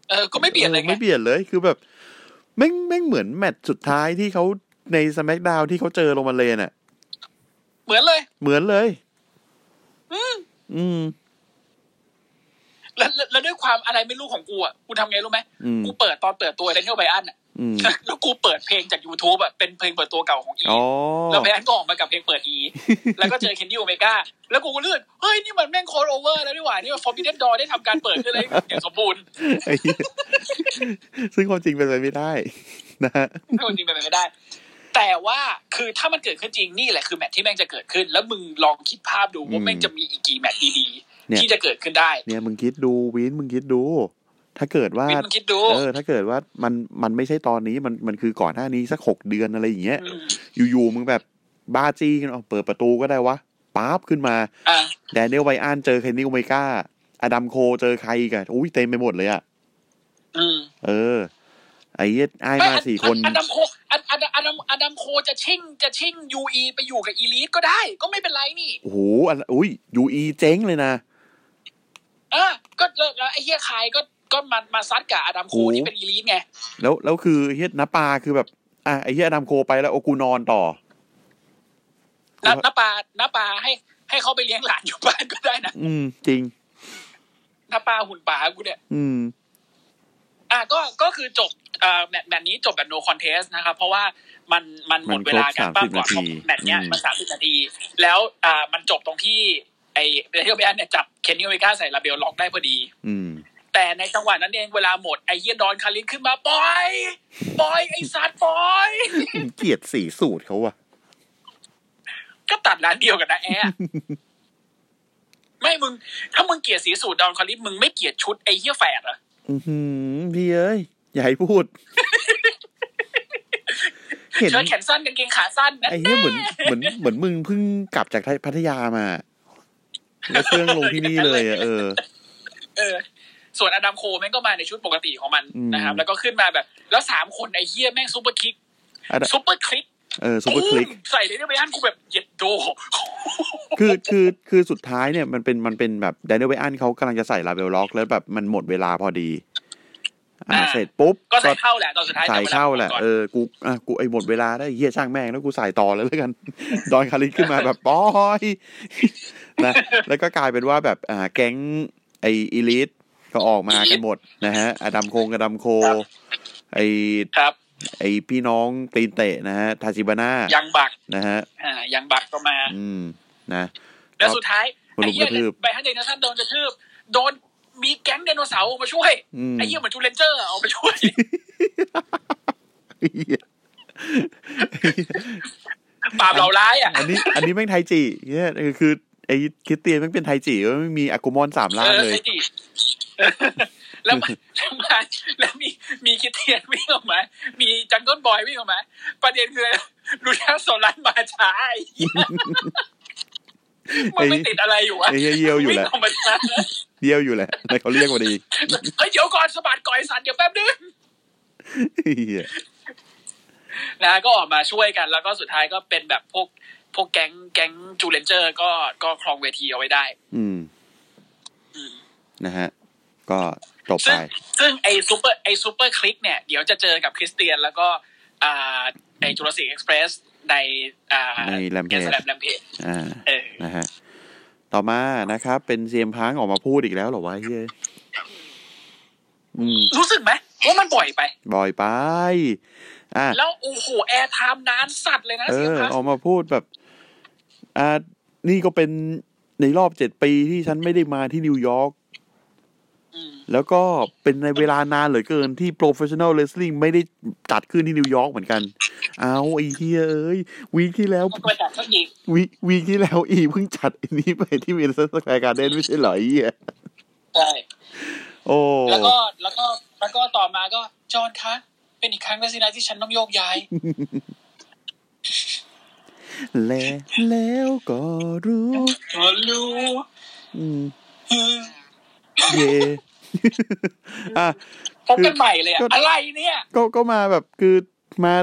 Speaker 2: เออก็ไม่เปลี่ยนเล
Speaker 1: อ
Speaker 2: ย
Speaker 1: อ
Speaker 2: ไง
Speaker 1: ไม่เปลี่ยนเลยคือแบบแม่งแม่งเหมือนแมตช์สุดท้ายที่เขาในสมักดาวที่เขาเจอโรมันเลนอะ
Speaker 2: เหมือนเลย
Speaker 1: เหมือนเลย อืม
Speaker 2: แล้วแล้วแล้วด้วยความอะไรไม่รู้ของกูอ่ะ กูทำไงรู้ไหม
Speaker 1: อืม
Speaker 2: กูเปิดตอนเปิดตัว Daniel Bryan อ่ะ
Speaker 1: อืม
Speaker 2: แล้วกูเปิดเพลงจาก YouTube อ่ะ เป็นเพลงเปิดตัวเก่าของอี
Speaker 1: อ๋อ
Speaker 2: แล้วแบรนด์ก็ออกมากับเพลงเปิดอี แล้วก็เจอเคนนี่โอเมก้า แล้วกูก็เลื่อนเฮ้ย นี่มันแม่งโคดโอเวอร์แล้วนี่หว่า นี่มัน Forbidden Door ได้ทำการเปิดขึ้นเลยอย่างสมบูรณ์
Speaker 1: ไอ้เหี้ยซึ่งความจริงเป็นไปไม่ได้ นะฮะ
Speaker 2: ไม่ควรจริงเป็นไปไม่ได้ แต่ว่าคือถ้ามันเกิดขึ้นจริงนี่แหละคือแมทที่แม่งจะเกิดขึ้น แล้วมึงลองคิดภาพดูว่าแม่งจะมีอีกกี่แมทดี
Speaker 1: เนี่ย
Speaker 2: ๆที่จะเกิดขึ้นได้
Speaker 1: เนี่ยมึงคิดดูวินมึงคิดดู ถ้าเกิดว่า
Speaker 2: วินมึงคิดดู
Speaker 1: เออ ถ้าเกิดว่ามันมันไม่ใช่ตอนนี้มันมันคือก่อนหน้านี้สักหกเดือนอะไรอย่างเงี้ย
Speaker 2: ม
Speaker 1: อยู่ๆมึงแบบบ้าจี้กันเอาเปิดประตูก็ได้วะป๊าบขึ้นมา
Speaker 2: อ่ะ
Speaker 1: แดเนียลไบอันเจอเคนนี่โอเมก้า อดัมโคเจอใครอีกันอุ้ยเต็มไปหมดเลยอ่ะ
Speaker 2: อืม
Speaker 1: เออ ไอ้เหี้ยไอ้
Speaker 2: ไม่
Speaker 1: มาสี่คน
Speaker 2: อดัมโคอดอดัมอดัมอดัมโคจะชิ่งจะชิ่งยูอีไปอยู่กับอีลีทก็ได้ ก็ไม่เป็นไรนี่
Speaker 1: โอ้โหอันอุ้ยยูอีเจ๊งเลยนะ
Speaker 2: เออก็แล้วแล้วไอ้เฮียคายก็ก็มามาซัดกับอดัมโค
Speaker 1: โอ้
Speaker 2: ที่เป็นอีลีทไง
Speaker 1: แล้วแล้วคือเฮียนปาคือแบบ อ่ะไอ้เฮียอดัมโคไปแล้วโอากูนอนต่อ
Speaker 2: แล้วน้าปาน้าปาให้ให้เขาไปเลี้ยงหลานอยู่บ้านก็ได้นะ
Speaker 1: อืม จริง
Speaker 2: น้าปาหุ่นป่ากูเนี่ย
Speaker 1: อืม
Speaker 2: อ่ะก็ก็คือจบเอ่อแมตช์แมตช์นี้จบแบบโนคอนเทสนะครับ เพราะว่ามันมันหม
Speaker 1: มั
Speaker 2: ด
Speaker 1: นครบ
Speaker 2: เวลาการ
Speaker 1: 30
Speaker 2: ปั้มก่อน
Speaker 1: นาที
Speaker 2: แมตช์เนี้ย
Speaker 1: อืม
Speaker 2: มันสามสิบนาที แล้วอ่ามันจบตรงที่ไอ้เดนิเอลเบียนเนี่ยจับเคนนี่โอเมก้าใส่ลาเบลล็อกได้พอดี
Speaker 1: อืม
Speaker 2: แต่ในจังหวะนั้นเองเวลาหมด ไอ้เยียดอนคารินขึ้นมาปล่อย ปล่อยไอ้สัตว์ปล่อย
Speaker 1: เกลียดสีสูตรเขาว่ะ
Speaker 2: ก็ตัดร้านเดียวกันนะแอะ ไม่มึง ถ้ามึงเกลียดสีสูตรดอนคารินมึงไม่เกลียดชุดไอ้เยียแฝดเหรอะ
Speaker 1: อือหือพี่เอ้ย อย่าให้พูด เห็น
Speaker 2: เชิ้ตแขนสั้นกางเกงขาสั้นนะ
Speaker 1: ไอ้เหี้ยเหมือนเหมือนเหมือนมึงเพิ่งกลับจากพัทยามา แล้วเครื่องลงที่นี่เลยอะเออ
Speaker 2: เออ ส่วนอดัมโคแม่งก็มาในชุดปกติของมัน
Speaker 1: อืม
Speaker 2: นะครับ แล้วก็ขึ้นมาแบบ แล้วสามคนไอ้เยียแม่งซูเปอร์คิก
Speaker 1: อะ
Speaker 2: ซูเปอร์คลิก
Speaker 1: เออซูเปอร์คลิก
Speaker 2: ปุ้มใส่เลยเนี่ยไปอันกูแบบเหย็ดโด
Speaker 1: คือคือคือสุดท้ายเนี่ยมันเป็นมันเป็นแบบไดเนเวอันเขากำลังจะใส่ลาเบลล็อกแล้วแบบมันหมดเวลาพอดี อ่า
Speaker 2: อ่า
Speaker 1: เสร็จปุ๊บ
Speaker 2: ก็ใส่เข้าแหละตอนสุดท้าย
Speaker 1: ใส่
Speaker 2: แต่ว
Speaker 1: เข้าแหละ
Speaker 2: ก่อน
Speaker 1: เออกูอ่ะกูไอหมดเวลาได้เฮียช่างแม่งแล้วกูใส่ต่อแล้วแล้วกัน ดอนคาริสขึ้นมาแบบปอย นะแล้วก็กลายเป็นว่าแบบอ่าแก๊งไออีลิทก็ออกมากันหมดนะฮะอดัมโคงอดัมโค
Speaker 2: ครับ
Speaker 1: ไอ
Speaker 2: ครับ
Speaker 1: ไอพี่น้องตีนเตะนะฮะทาชิบาน่า
Speaker 2: ยังบัก
Speaker 1: นะฮะ
Speaker 2: อ่ายังบักก็มา
Speaker 1: อืมนะ
Speaker 2: แล้วสุดท้าย
Speaker 1: ครับ
Speaker 2: ไอ้เหี้
Speaker 1: รุ
Speaker 2: ย
Speaker 1: มกระทืบ
Speaker 2: ไบรอันเดนสันโดนกระทืบ โดน มีแก๊งไดโนเสาร์มาช่วย
Speaker 1: อืม
Speaker 2: ไอ้เหี้ยเหมือนจูเลนเจอร์เอาไปช่ วย
Speaker 1: เหี้ย
Speaker 2: ปราบเหล่าร้ายอ่ะ
Speaker 1: อันนี้ อันนี้แม่งไทจิเนี่ยคือไอ้คริสเตียนแม่งเป็นไทจิเว้ยไม่มีอากุมอนสามล่างเลย
Speaker 2: ไอ้จี แล้วมันแล้วมันแล้วมีมีคิดเทียนวิ่งออกมา มีจังเกิลบอยวิ่งออกมาประเด็นคืออะไรลูชาโซลันมาช้าไอ้เหี้ยมันไม่ติดอะไรอยู่อะ
Speaker 1: ไอ้เหี้ยเยี่ยวอยู่แหละ
Speaker 2: งกมาช้า
Speaker 1: เดียวอยู่แหละอะไรเขาเรียกว่าดี
Speaker 2: เฮ้ยเดี๋ยวก่อนสะบัดก่อยสันเดี๋ยวแป๊บนึง
Speaker 1: เหี้ย
Speaker 2: นะก็ออกมาช่วยกันแล้วก็สุดท้ายก็เป็นแบบพวกพวกแก๊งแก๊งจูเลนเจอร์ก็ก็ครองเวทีเอาไว้ได้
Speaker 1: อืม นะฮะ ก็จบไป
Speaker 2: ซึ่งซึ่งไอซูเปอร์ไอซูเปอร์คลิกเนี่ย เดี๋ยวจะเจอกับคริสเตียนแล้วก็อ่าในจุลศิษย์เอ็กซ์เพรสในอ่า
Speaker 1: ใน Rampage
Speaker 2: สแลมแลมเพจ
Speaker 1: อ่า
Speaker 2: เออ
Speaker 1: นะฮะ ต่อมานะครับ เป็นเซียมพังออกมาพูดอีกแล้วเหรอวะเฮ้ยอืม
Speaker 2: รู้สึกไหมว่ามันบ่อยไป
Speaker 1: บ่อยไป อ่ะ
Speaker 2: แล้วโอ้โหแอร์ไทม์นานสัตว์เลยนะ
Speaker 1: เอ
Speaker 2: เสียง
Speaker 1: อ
Speaker 2: พัส
Speaker 1: ออกมาพูดแบบ อ่า นี่ก็เป็นในรอบเจ็ดปีที่ฉันไม่ได้มาที่นิวยอร์ก
Speaker 2: อืม
Speaker 1: แล้วก็เป็นในเวลานานเหลือเกินที่ professional wrestling ไม่ได้จัดขึ้นที่นิวยอร์กเหมือนกัน เอาไอ้เฮียเอ้ย วีคที่แล้ว
Speaker 2: มันก็จากสักอีก
Speaker 1: วีวีคที่แล้วอีเพิ่งจัดอันนี้ไปที่เมนสแควร์การ์เด้นไม่ใช่เหรอไอ้เหี้ย
Speaker 2: ใช่
Speaker 1: โอ้
Speaker 2: แล้วก็แล้วก็แล้วก็ต่อมาก็จอห์นคะเป็นอีกครั้งแล้วสินะที่ฉันต้องโยก ย้าย
Speaker 1: แล้วแล้วก็รู้
Speaker 2: ก็รู้
Speaker 1: อืม
Speaker 2: อืม
Speaker 1: เย่ อ่ะ
Speaker 2: พบกันใหม่เลยอะ
Speaker 1: ก็
Speaker 2: อะไรเนี่ย
Speaker 1: ก็ก็มาแบบคือมา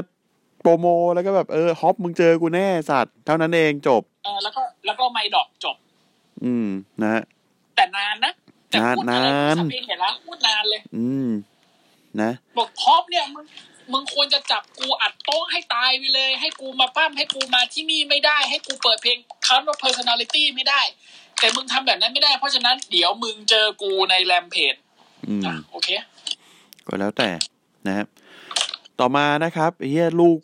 Speaker 1: โปรโมแล้วก็แบบเออฮอปมึงเจอกูแน่สัตว์ เท่านั้นเองจบ
Speaker 2: เออแล้วก็แล้วก็ไม่ดอกจบ
Speaker 1: อืม นะฮะ
Speaker 2: แต่นานนะแต่พูด
Speaker 1: นานนาน
Speaker 2: อะไรสับเองเห็นแล้วพูดนานเลย
Speaker 1: อืม นะ
Speaker 2: บอกพอบเนี่ยมึงมึงควรจะจับกูอัดโต๊ะให้ตายไปเลย ให้กูมาปั้มให้กูมาที่นี่ไม่ได้ ให้กูเปิดเพลงคันว่า personality ไม่ได้ แต่มึงทำแบบนั้นไม่ได้ เพราะฉะนั้นเดี๋ยวมึงเจอกูในแรมเพจ
Speaker 1: อืม
Speaker 2: อ่ะโอเค
Speaker 1: ก็แล้วแต่นะครับ ต่อมานะครับไอ้เฮียลูก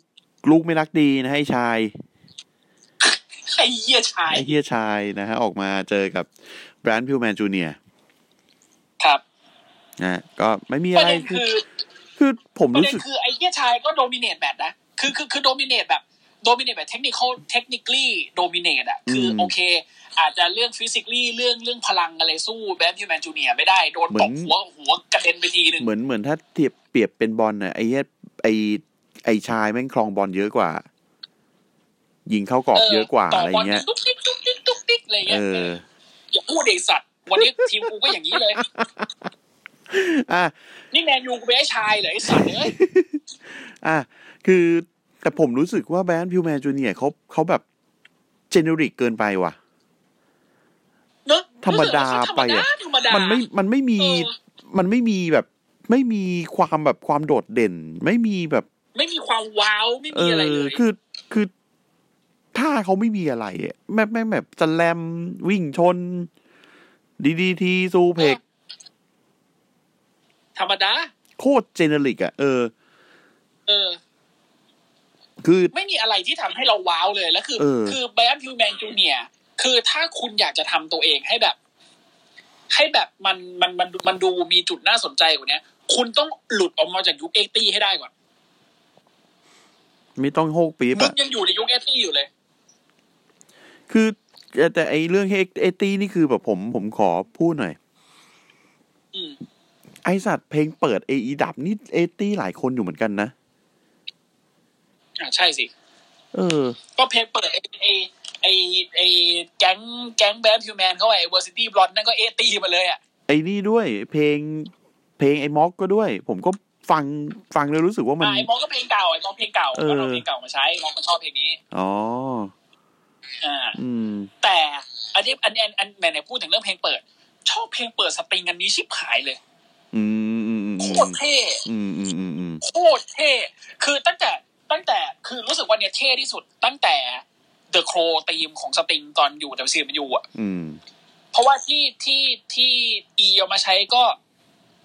Speaker 1: ลูกไม่รักดีนะฮะไอ้ชาย
Speaker 2: ไอ้เหี้ยชาย
Speaker 1: ไอ้เฮียชายนะฮะออกมาเจอกับแบรนด์พิวแมนจูเนีย
Speaker 2: ครับ
Speaker 1: นะฮะก็ไม่มี
Speaker 2: ป
Speaker 1: อะ
Speaker 2: ระ
Speaker 1: ไร
Speaker 2: เด็น
Speaker 1: คือ
Speaker 2: คือ
Speaker 1: คือผม
Speaker 2: ประ
Speaker 1: รู้
Speaker 2: เด็น
Speaker 1: สึก
Speaker 2: คือไอ้เหี้ยชายก็โดมิเนตแบบนะ คือคือคือโดมิเนตแบบโดมิเนตแบบเทคนิคเทคนิคลี่โดมิเนตอ่ะ คืออ
Speaker 1: ม
Speaker 2: โอเค อาจจะเรื่องฟิสิก l ี่เรื่องเรื่องพลังอะไรสู้แบทแมนจูเนียไม่ได้ โดน
Speaker 1: เหมื
Speaker 2: ต
Speaker 1: อน
Speaker 2: บหัวหัวกระเด็นไปทีหนึ่ง
Speaker 1: เหมือนเหมือนถ้าเทียบเปรียบเป็นบอลน่ะไอ้เฮียไอ้ไอ้ชายแม่งคลองบอลเยอะกว่า ยิงเข้ากรอบเยอะกว่าอะไรเงี้ย
Speaker 2: ต่บลตุ๊กติ๊กตุ๊กติ๊กตุ๊กติ๊กอะไร
Speaker 1: เอ
Speaker 2: เงี้ย
Speaker 1: อ
Speaker 2: อย่าพูดเด็กสัตว์ วันนี้ทีมกูก็อย่างนี้เลย
Speaker 1: อ่ะ
Speaker 2: นี่แมนยูกูเป็นไอ้ชายเหรอไอ้สัตว์เอ้ย
Speaker 1: อ่ะคือแต่ผมรู้สึกว่าแบรนด์พิวแมนจูเนียเขาเขาแบบเจเนริกเกินไปว่ะ
Speaker 2: เนอะ
Speaker 1: ธรรมดาไป
Speaker 2: ธรรมดา
Speaker 1: อะ
Speaker 2: ธรรมดา
Speaker 1: มันไม่ มันไม่มี
Speaker 2: เออ
Speaker 1: มันไม่มีแบบ ไม่มีความแบบความโดดเด่น ไม่มีแบบ
Speaker 2: ไม่มีความว้าวไม่
Speaker 1: เอ
Speaker 2: มี
Speaker 1: อ
Speaker 2: อะไรเลย
Speaker 1: คือ คือถ้าเขาไม่มีอะไรอะแม่แม่งแบบจะแลมวิ่งชน ดีดีทีซูเพก
Speaker 2: ธรรมดา
Speaker 1: โคตรเจเนริกอะเออ
Speaker 2: เออ
Speaker 1: คือ
Speaker 2: ไม่มีอะไรที่ทำให้เราว้าวเลย แล้วคือ
Speaker 1: เออ
Speaker 2: คือแบมพิวแมนจูเนียคือถ้าคุณอยากจะทำตัวเองให้แบบ ให้แบบมันมันมันมันดูมีจุดน่าสนใจกว่าเนี้ย คุณต้องหลุดออกมาจากยุคเอตี้ให้ได้ก่อน
Speaker 1: ไม่ต้องโฮกปี๊บ
Speaker 2: มึ
Speaker 1: อะ
Speaker 2: งยังอยู่ในยุคเอตี้อยู่เลย
Speaker 1: คือแต่แต่ไอเรื่องเอตี้นี่คือแบบผมผมขอพูดหน่อย
Speaker 2: อืม
Speaker 1: ไอสัตว์เพลงเปิดเออีดับนี่เอตี้หลายคนอยู่เหมือนกันนะ
Speaker 2: อ่าใช่สิ
Speaker 1: เออ
Speaker 2: ก็เพลงเปิดไอไอไอไอแก๊งแก๊งแบมพิวแมนเข้าไปเวอร์ซิตี้บลอนนั่นก็เอตี้มาเลยอ่ะ
Speaker 1: ไอ้นี่ด้วย เพลง เพลงไอ้ม็อกก็ด้วย ผมก็ฟังฟังเลยรู้สึกว่ามัน
Speaker 2: อ่ะไอมองก็เพลงเก่าไอมองเพลงเก่า
Speaker 1: เออ
Speaker 2: ก็เอาเพลงเก่ามาใช้มองก็ชอบเพลงนี้
Speaker 1: อ๋อ
Speaker 2: อ่า
Speaker 1: อืม
Speaker 2: แต่อันนี้อันนี้อันอันไหนๆพูดถึงเรื่องเพลงเปิด ชอบเพลงเปิดสปริงอันนี้ชิบหายเลย
Speaker 1: อืมอืมอืม
Speaker 2: โคตรเท่
Speaker 1: อืมอืมอืมอืม
Speaker 2: โคตรเท่คือตั้งแต่ตั้งแต่คือรู้สึกว่าเนี่ยเท่ที่สุดตั้งแต่ The Crow ตีมของสติงตอนอยู่ w c m u อ่ะ
Speaker 1: อืม
Speaker 2: เพราะว่าที่ที่ที่อีเอามาใช้ก็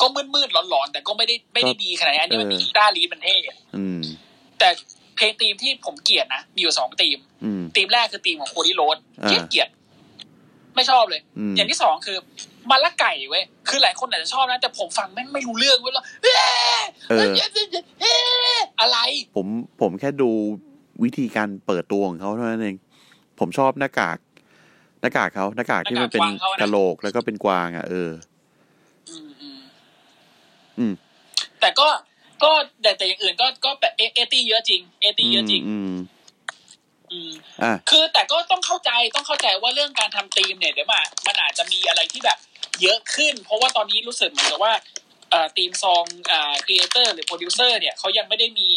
Speaker 2: ก็มืดๆหลอนๆ แต่ก็ไม่ได้ไม่ได้ดีขนาดนี้อันนี้มันมีกีตาร์ลีดมันเท่
Speaker 1: อืม
Speaker 2: แต่เพลงตีมที่ผมเกลียดนะ มีอยู่สองตีม
Speaker 1: อืม
Speaker 2: ตีมแรกคือตีมของโคดี้โรด
Speaker 1: อ่า
Speaker 2: เกลียดเกลียดไม่ชอบเลย
Speaker 1: อืม
Speaker 2: อย่างที่สองคือ มาละไก่เว้ยคือหลายคนอาจจะชอบนะ แต่ผมฟังแม่งไม่รู้เรื่องเว้ยแล้วเอ๊ะ
Speaker 1: เออ
Speaker 2: เอ๊ะอะไร
Speaker 1: ผมผมแค่ดูวิธีการเปิดตัวของเขาเท่านั้นเอง ผมชอบหน้ากาก หน้ากากเขาหน้ากากที่มันเป็น
Speaker 2: หน้ากากกวางเขานะ
Speaker 1: กะโหลกแล้วก็เป็นกวางอ่ะเออ
Speaker 2: อืมอืม
Speaker 1: อืม
Speaker 2: แต่ก็ก็แต่แต่อย่างอื่นก็ก็แบบเอเอตี้เยอะจริง เอตี้เยอะจริง
Speaker 1: อืม
Speaker 2: อื
Speaker 1: อืม
Speaker 2: ม
Speaker 1: อ่ะ
Speaker 2: คือแต่ก็ต้องเข้าใจต้องเข้าใจว่าเรื่องการทำธีมเนี่ยเดี๋ยวมามันอาจจะมีอะไรที่แบบเยอะขึ้น เพราะว่าตอนนี้รู้สึกเหมือนกับว่าเอ่อธีมซองเอ่อครีเอเตอร์หรือโปรดิวเซอร์เนี่ยเขายังไม่ได้มี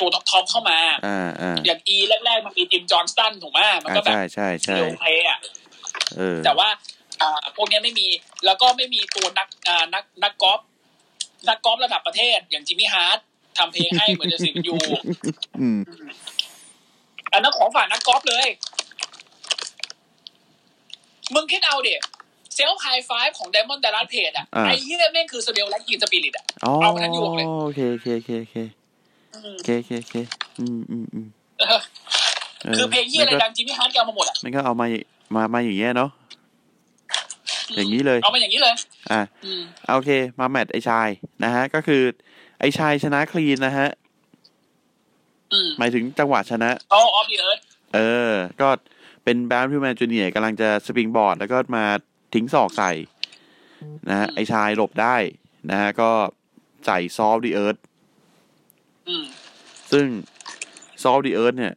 Speaker 2: ตัวท็อปทอปเข้ามา
Speaker 1: อ่าอ่า
Speaker 2: อย่างอีแรกๆมันมีทีมจอห์นสตันถูกไหมมัน
Speaker 1: อ่า
Speaker 2: ก็แบบ
Speaker 1: ใช่ใช่ใช่
Speaker 2: เดียวเพย์อะ
Speaker 1: เออ
Speaker 2: แต่ว่าเอ่อพวกเนี้ยไม่มีแล้วก็ไม่มีตัวนักเอ่อนักนักกอล์ฟนักกอล์ฟระดับประเทศ อย่างจิมมี่ฮาร์ดทำเพลงให้เหมือนจะสิงอยู่
Speaker 1: อืม
Speaker 2: อันนั้นของฝากนักกอล์ฟเลย มึงคิดเอาเดี๋ยเซลฟ์ไฮไฟฟ์ของ Diamond d a l a s Page อ่ะ
Speaker 1: า
Speaker 2: ไอ้เหี้ยแม่งคือสเ l ลและกินสปิริตอ่ะ
Speaker 1: อ๋อ
Speaker 2: เอามาทั้งยวงเลย
Speaker 1: โอเคโอเคโอเคโอเค
Speaker 2: อืม
Speaker 1: โอเคโอเคโอเคอืมอืมอืม
Speaker 2: เออ
Speaker 1: เออ
Speaker 2: คือเพลงเหี้ยอะไร
Speaker 1: มันก็
Speaker 2: ดังจิมมี่ฮาร์ดเอามาหมดอ่ะ
Speaker 1: มันก็เอามามามาอย่างเงี้ยเนาะอย่างนี้เลย
Speaker 2: เอามาอย่างนี้เลย
Speaker 1: อ่ะ
Speaker 2: อืม
Speaker 1: โอเค มาแมตช์ไอชายนะฮะ ก็คือไอชายชนะคลีนนะฮะ
Speaker 2: อืม
Speaker 1: หมายถึงจังหวะชนะ
Speaker 2: โอ้ออฟเดอะเอิร์ธ
Speaker 1: เออ ก็เป็นแบมพิวแมนจูเนียร์กำลังจะสปริงบอร์ด แล้วก็มาทิ้งศอกใส่ นะฮะ ไอชายหลบได้ นะฮะ ก็ใส่ซอฟดีเอิร์ธ
Speaker 2: อืม
Speaker 1: ซึ่งซอฟดีเอิร์ธเนี่ย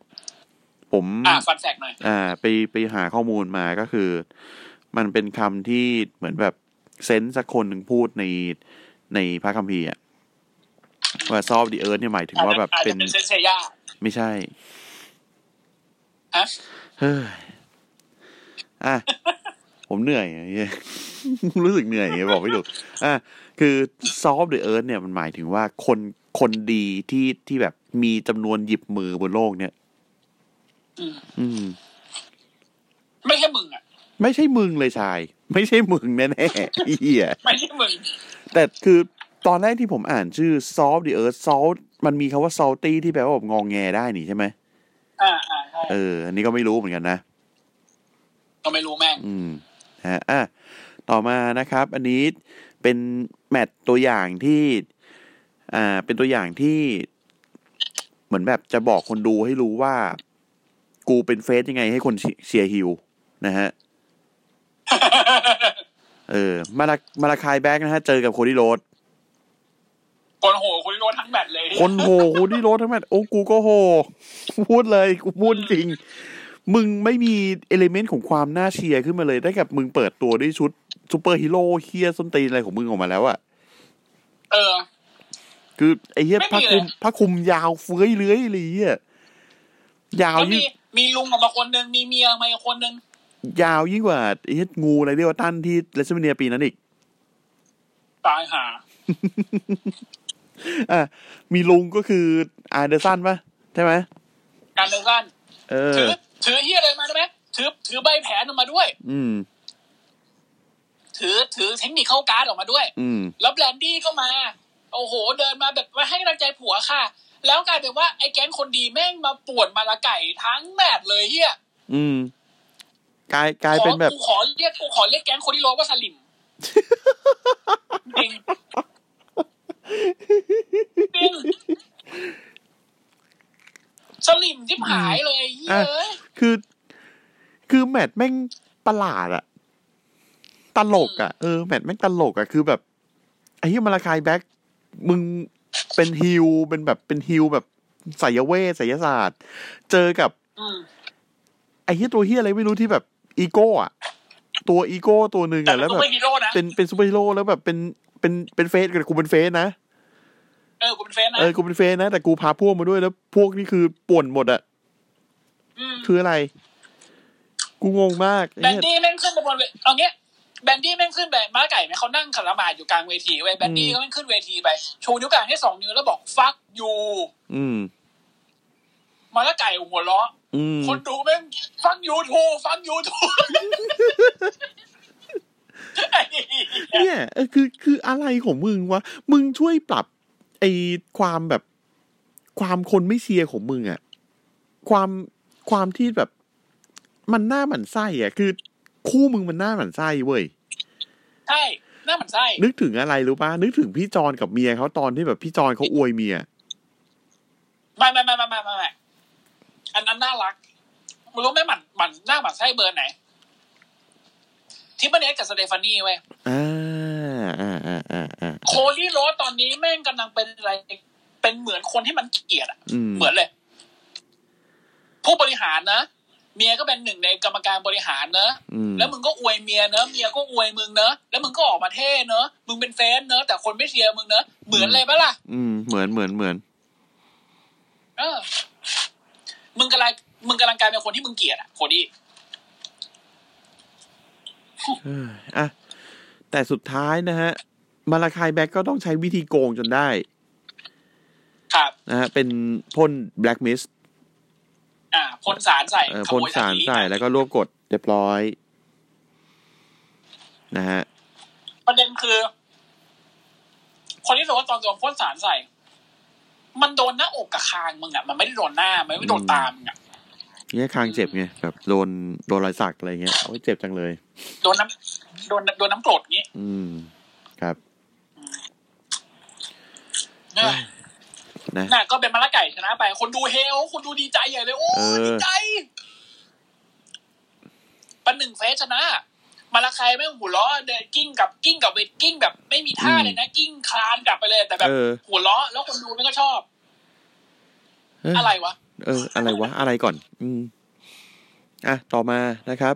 Speaker 1: ผม
Speaker 2: อ่าฟันแฟกหน่อย
Speaker 1: อ่าไปไปหาข้อมูลมาก็คือ มันเป็นคำที่เหมือนแบบเซนส์สักคนหนึ่งพูดในในพระคัมภีร์อะว่าซอฟดีเอิร์ธเนี่ยหมายถึงว่าแบบ
Speaker 2: อาจ
Speaker 1: เป็
Speaker 2: จะ
Speaker 1: น
Speaker 2: เป็นเซนเซย่า
Speaker 1: ไม่ใช่
Speaker 2: ฮะ
Speaker 1: เฮ้ยอ่ะ ผมเหนื่อยอะเหี้ย รู้สึกเหนื่อยอะบอกไม่ถูกอ่ะคือซอฟหรือเอิร์ธเนี่ยมันหมายถึงว่าคนคนดีที่ที่แบบมีจำนวนหยิบมือบนโลกเนี่ย
Speaker 2: อืม
Speaker 1: อืม
Speaker 2: ไม่ใช่มึงอ่ะ
Speaker 1: ไม่ใช่มึงเลยชาย ไม่ใช่มึงแน่ๆเหี้ย
Speaker 2: ไม่ใช่มึง
Speaker 1: แต่คือตอนแรกที่ผมอ่านชื่อ salt the earth salt มันมีคาว่า salty ที่แปลว่าแบบงองแงได้นี่ใช่ไหม
Speaker 2: อ่าอ่าใช่
Speaker 1: เออ อันนี้ก็ไม่รู้เหมือนกันนะ
Speaker 2: ก็ไม่รู้แม่ง
Speaker 1: อืมฮะอ่ะต่อมานะครับ อันนี้เป็นแมตช์ตัวอย่างที่ อ่า เป็นตัวอย่างที่ เหมือนแบบจะบอกคนดูให้รู้ว่า กูเป็นเฟสยังไงให้คนเชียร์ฮิวนะฮะ เออ มาลามาลาคายแบ็กนะฮะ เจอกับโคดิโรด
Speaker 2: คนโหคุณโดนทั้งแบตเลย
Speaker 1: คนโหคุณที่รถทั้งแมทโอ้กูก็โห พูดเลยกูพูดจริง มึงไม่มีเอลิเมนต์ของความน่าเชียร์ขึ้นมาเลยได้กับมึงเปิดตัวด้วยชุดซูเปอร์ฮีโร่เฮียส้นตีนอะไรของมึงออกมาแล้วอะ
Speaker 2: เออ
Speaker 1: คือไอ้เฮีย
Speaker 2: ไม่
Speaker 1: ผ้า
Speaker 2: มี
Speaker 1: คลุม
Speaker 2: เลย
Speaker 1: ผ้าคลุมยาวเฟื้อยเลื้อยเลยอะยาว
Speaker 2: แล้ว
Speaker 1: ยิ่
Speaker 2: มี
Speaker 1: ง
Speaker 2: มีลุงออกมาคนนึงมีเมียมาอีกคนนึง
Speaker 1: ยาวยิ่งกว่าไอ้เฮียงูอะไรเรียกว่าตั้นที่เลสเมเนียปีนั้นอีก
Speaker 2: ตายหา
Speaker 1: อ่ะมีลุงก็คืออาร์เดอร์สันปะใช่ไหม
Speaker 2: การเดินกัน
Speaker 1: เออ
Speaker 2: ถือถือเฮียอะไรมาได้ไหมถือถือใบแผนออกมาด้วย
Speaker 1: อืม
Speaker 2: ถือถือเทคนิคเข้าการ์ดออกมาด้วย
Speaker 1: อืม
Speaker 2: แล้วแบรนดี้ก็มา โอ้โห เดินมาแบบมาให้กำลังใจผัวค่ะ แล้วกลายเป็นว่าไอ้แก๊งคนดีแม่งมาป่วนมาละไก่ทั้งแมตช์เลยเฮีย
Speaker 1: อืม กลายกลาย
Speaker 2: ขอ
Speaker 1: เป็นแบบ
Speaker 2: กูขอเรียกกูขอเรียกแก๊งคนที่โลว่าสลิมจริงจริงสลิมที่หายเลยเฮียเอ้ย
Speaker 1: คือ คือแมทแม่งประหลาดอะตลกอะเออแมทแม่งตลกอะคือแบบไอ้ที่มาลาคายแบ็กมึงเป็นฮิวเป็นแบบเป็นฮิวแบบสายเวทสายศาสตร์ เจอกับ
Speaker 2: อืม
Speaker 1: ไอ้ที่ตัวเฮียอะไรไม่รู้ที่แบบอีโก้อะตัวอีโก้ตัวหนึ่ง
Speaker 2: แต่
Speaker 1: อะ
Speaker 2: เป็
Speaker 1: แล้
Speaker 2: น
Speaker 1: ว
Speaker 2: ซู
Speaker 1: แบบ
Speaker 2: เปอร์ฮีโร่นะ
Speaker 1: เป็นเป็นซูเปอร์ฮีโร่แล้วแบบเป็นเป็นเป็นเฟสกับกูเป็นเฟสนะ
Speaker 2: เออกูเป็นแฟนนะ
Speaker 1: เออกูเป็นเฟสนะแต่กูพาพวกมาด้วยแล้ว พวกนี่คือป่วนหมดอะ
Speaker 2: ม
Speaker 1: คืออะไร กูงงมาก
Speaker 2: แบ
Speaker 1: ไอ้
Speaker 2: น
Speaker 1: เหี้ย
Speaker 2: ดี้แม่งขึ้นไปบนเวเอาเงี้ยแบนดี้แม่งขึ้นไปม้าไก่แม่งเขานั่งขัดละหมาดอยู่กลางเวทีเว้ยแบนดี้
Speaker 1: อืม
Speaker 2: ก็แม่งขึ้นเวทีไป ชูนิ้วกลางให้สองนิ้วแล้วบอกฟักยู
Speaker 1: อืม
Speaker 2: มาละไก่หัวเราะ
Speaker 1: อืม
Speaker 2: คนดูแม่งฟังยูทูฟังยูทู
Speaker 1: เนี่ยเออคือคืออะไรของมึงวะ มึงช่วยปรับไอความแบบความคนไม่เชียร์ของมึงอะความความที่แบบ มันหน้าหมันไส้อะคือ คู่มึงมันหน้าหมันไส้เว้ย
Speaker 2: ช่หน้าหมันไส้
Speaker 1: นึกถึงอะไรรู้ป่ะนึกถึงพี่จอนกับเมียเขาตอนที่แบบพี่จอนเขาอวยเมีย
Speaker 2: ไม่ไม่ไม่ไม่ไม่ไม่ไม่อันนั้นน่ารักมึงรู้ไหมหมันหมันหน้าหมันไส้เบอร์ไหนทิมเบอร์เนสกับสเตฟานีเว้ย
Speaker 1: อ่าอ่าอ่าอ่าอ่า
Speaker 2: โคลี่โรสตอนนี้แม่งกำลังเป็นอะไร เป็นเหมือนคนที่มันเกลียดอะ
Speaker 1: อืม
Speaker 2: เหมือนเลย ผู้บริหารนะเมียก็เป็นหนึ่งในกรรมการบริหารเนอะ
Speaker 1: อืม
Speaker 2: แล้วมึงก็อวยเมียเนอะเมียก็อวยมึงเนอะแล้วมึงก็ออกมาเท่เนอะมึงเป็นเฟนเนอะแต่คนไม่เชียร์มึงเนอะเหมือนเลยปะล่ะ
Speaker 1: อืมเหมือนเหมือนเหมือน
Speaker 2: เออ มึงกำลังมึงกำลังกลายเป็นคนที่มึงเกลียดอะโคดี้
Speaker 1: เอ้ยอ่ะแต่สุดท้ายนะฮะ มาลาคายแบ็กก็ต้องใช้วิธีโกงจนได้
Speaker 2: ครับ
Speaker 1: นะฮะ เป็นพ่นแบล็กมิส
Speaker 2: อ่าพ่นสารใส่ข
Speaker 1: พ่น
Speaker 2: โมย
Speaker 1: สาร
Speaker 2: ที
Speaker 1: ใส่แล้วก็รวบกดเรียบร้อย นะฮะ
Speaker 2: ประเด็นคือ คนที่โดนตอนโดนพ่นสารใส่ มันโดนหน้าอกกับคางมึงอะมันไม่ได้โดนหน้ามันไม่ได้โดนตามึงอะ
Speaker 1: เนี่ยคางเจ็บไงแบบโดนโดนรอยสักอะไรเงี้ยโอ้ยเจ็บจังเลย
Speaker 2: โดนน้ำโดนโดนน้ำกรดงี้
Speaker 1: อืม ครับ
Speaker 2: เอ้ย
Speaker 1: นะ
Speaker 2: น่ะก็เป็นมะละไก่ชนะไป คนดูเฮลคนดูดีใจใหญ่เลย โอ้
Speaker 1: เออ
Speaker 2: ดีใจปันหนึ่งเฟสชนะ มาละไครไม่งหัวล้อเดินกิ้งกับกิ้งกับเวทกิ้งแบบไม่มีท่าเลยนะกิ้งคลานกลับไปเลย แต่แบบ
Speaker 1: เออ
Speaker 2: หัวล้อแล้วคนดูมันก็ชอบ
Speaker 1: เย
Speaker 2: อะไรวะ
Speaker 1: เออ อะไรวะ อะไรก่อน อืม อ่ะ ต่อมานะครับ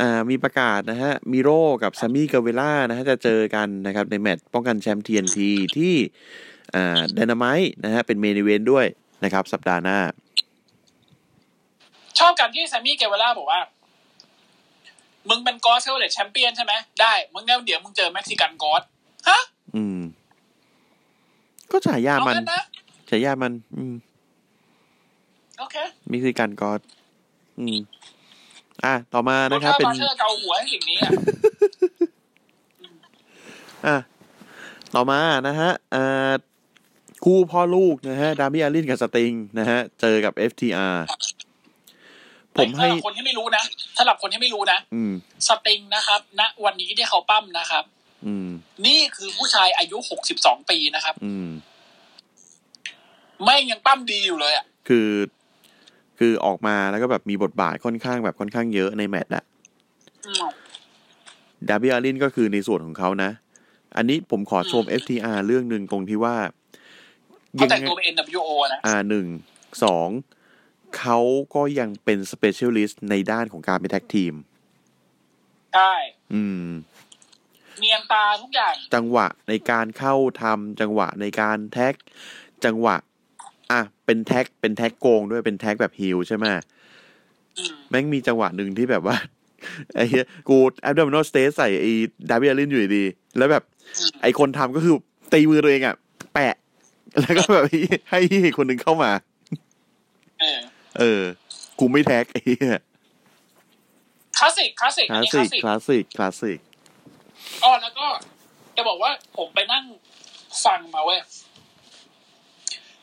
Speaker 1: อ่า มีประกาศนะฮะ มิโร่กับซามี่กาเวล่านะฮะ จะเจอกันนะครับ ในแมตช์ป้องกันแชมป์ TNT ที่ อ่าดนาม t e นะฮะ เป็นเมนิเวนด้วยนะครับ สัปดาห์หน้า
Speaker 2: ชอบกันที่แซมมี่เกเวล่าบอกว่า มึงเป็นกอสเซลเลตแชมเปี้ยนใช่ไหมได้ มึงแน่เดี๋ยวมึงเจอแม็กซิกันกอสฮะ
Speaker 1: อืม ก็ฉายา
Speaker 2: เอา
Speaker 1: มัน
Speaker 2: งั้นนะ
Speaker 1: ฉายามัน อืม
Speaker 2: โอเค
Speaker 1: มิซิกันก็อืม อ่ะ ต่อมานะครับ
Speaker 2: ถ้า
Speaker 1: เป็น
Speaker 2: บาเชอร์เกาหัวให้สิ่งนี้อะ
Speaker 1: อ่ะ ต่อมานะฮะเอ่อคู่พ่อลูกนะฮะ ดามิอารินกับสติงนะฮะ เจอกับ FTR ผมให้
Speaker 2: สำหรับคนที่ไม่รู้นะสำหรับคนที่ไม่รู้นะ
Speaker 1: อืม
Speaker 2: สติงนะครับ ณ วันนี้ที่เขาปั้มนะครับ
Speaker 1: อืม
Speaker 2: นี่คือผู้ชายอายุหกสิบสองปีนะครับ
Speaker 1: อืม
Speaker 2: ไม่งยังปั้มดีอยู่เลยอ่ะ
Speaker 1: คือ คือออกมาแล้วก็แบบมีบทบาทค่อนข้างแบบค่อนข้างเยอะในแมตช์อะ
Speaker 2: อืม
Speaker 1: ดาบิอารินก็คือในส่วนของเขานะ อันนี้ผมขอชม FTR เรื่องหนึ่งตรงที่ว่า
Speaker 2: เขาแต่งตัวเป็น NWO นะ
Speaker 1: อ่าหนึ่งสองเขาก็ยังเป็นสเปเชียลิสต์ในด้านของการเป็นแท็กทีม
Speaker 2: ใช่
Speaker 1: อืม
Speaker 2: เนียนตาทุกอย่าง
Speaker 1: จังหวะในการเข้าทำจังหวะในการแท็ก จังหวะ อ่ะ เป็นแท็ก เป็นแท็กโกงด้วยเป็นแท็กแบบฮิลใช่ไหม
Speaker 2: อืม
Speaker 1: แม่งมีจังหวะหนึ่งที่แบบว่า ไอ้เหี้ยกูแอปเดอร์มินอลสเตสใส่ไอ้ดาวิอาลินอยู่ดีๆแล้วแบบ ไอ้คนทำก็คือตีมือตัวเองอ่ะ แปะ แล้วก็แบบ ให้ให้คนหนึ่งเข้ามา
Speaker 2: เออ
Speaker 1: เออ กูไม่แท็กไอ้เหี้ย
Speaker 2: คลาสสิกคลาสสิก
Speaker 1: ค
Speaker 2: อั
Speaker 1: ลาน ส
Speaker 2: นี้ค
Speaker 1: สิ
Speaker 2: ลาก สสิก
Speaker 1: คลาสสิกคลาสสิก
Speaker 2: อ๋อแล้วก็ จะบอกว่าผมไปนั่งฟังมาเว้ย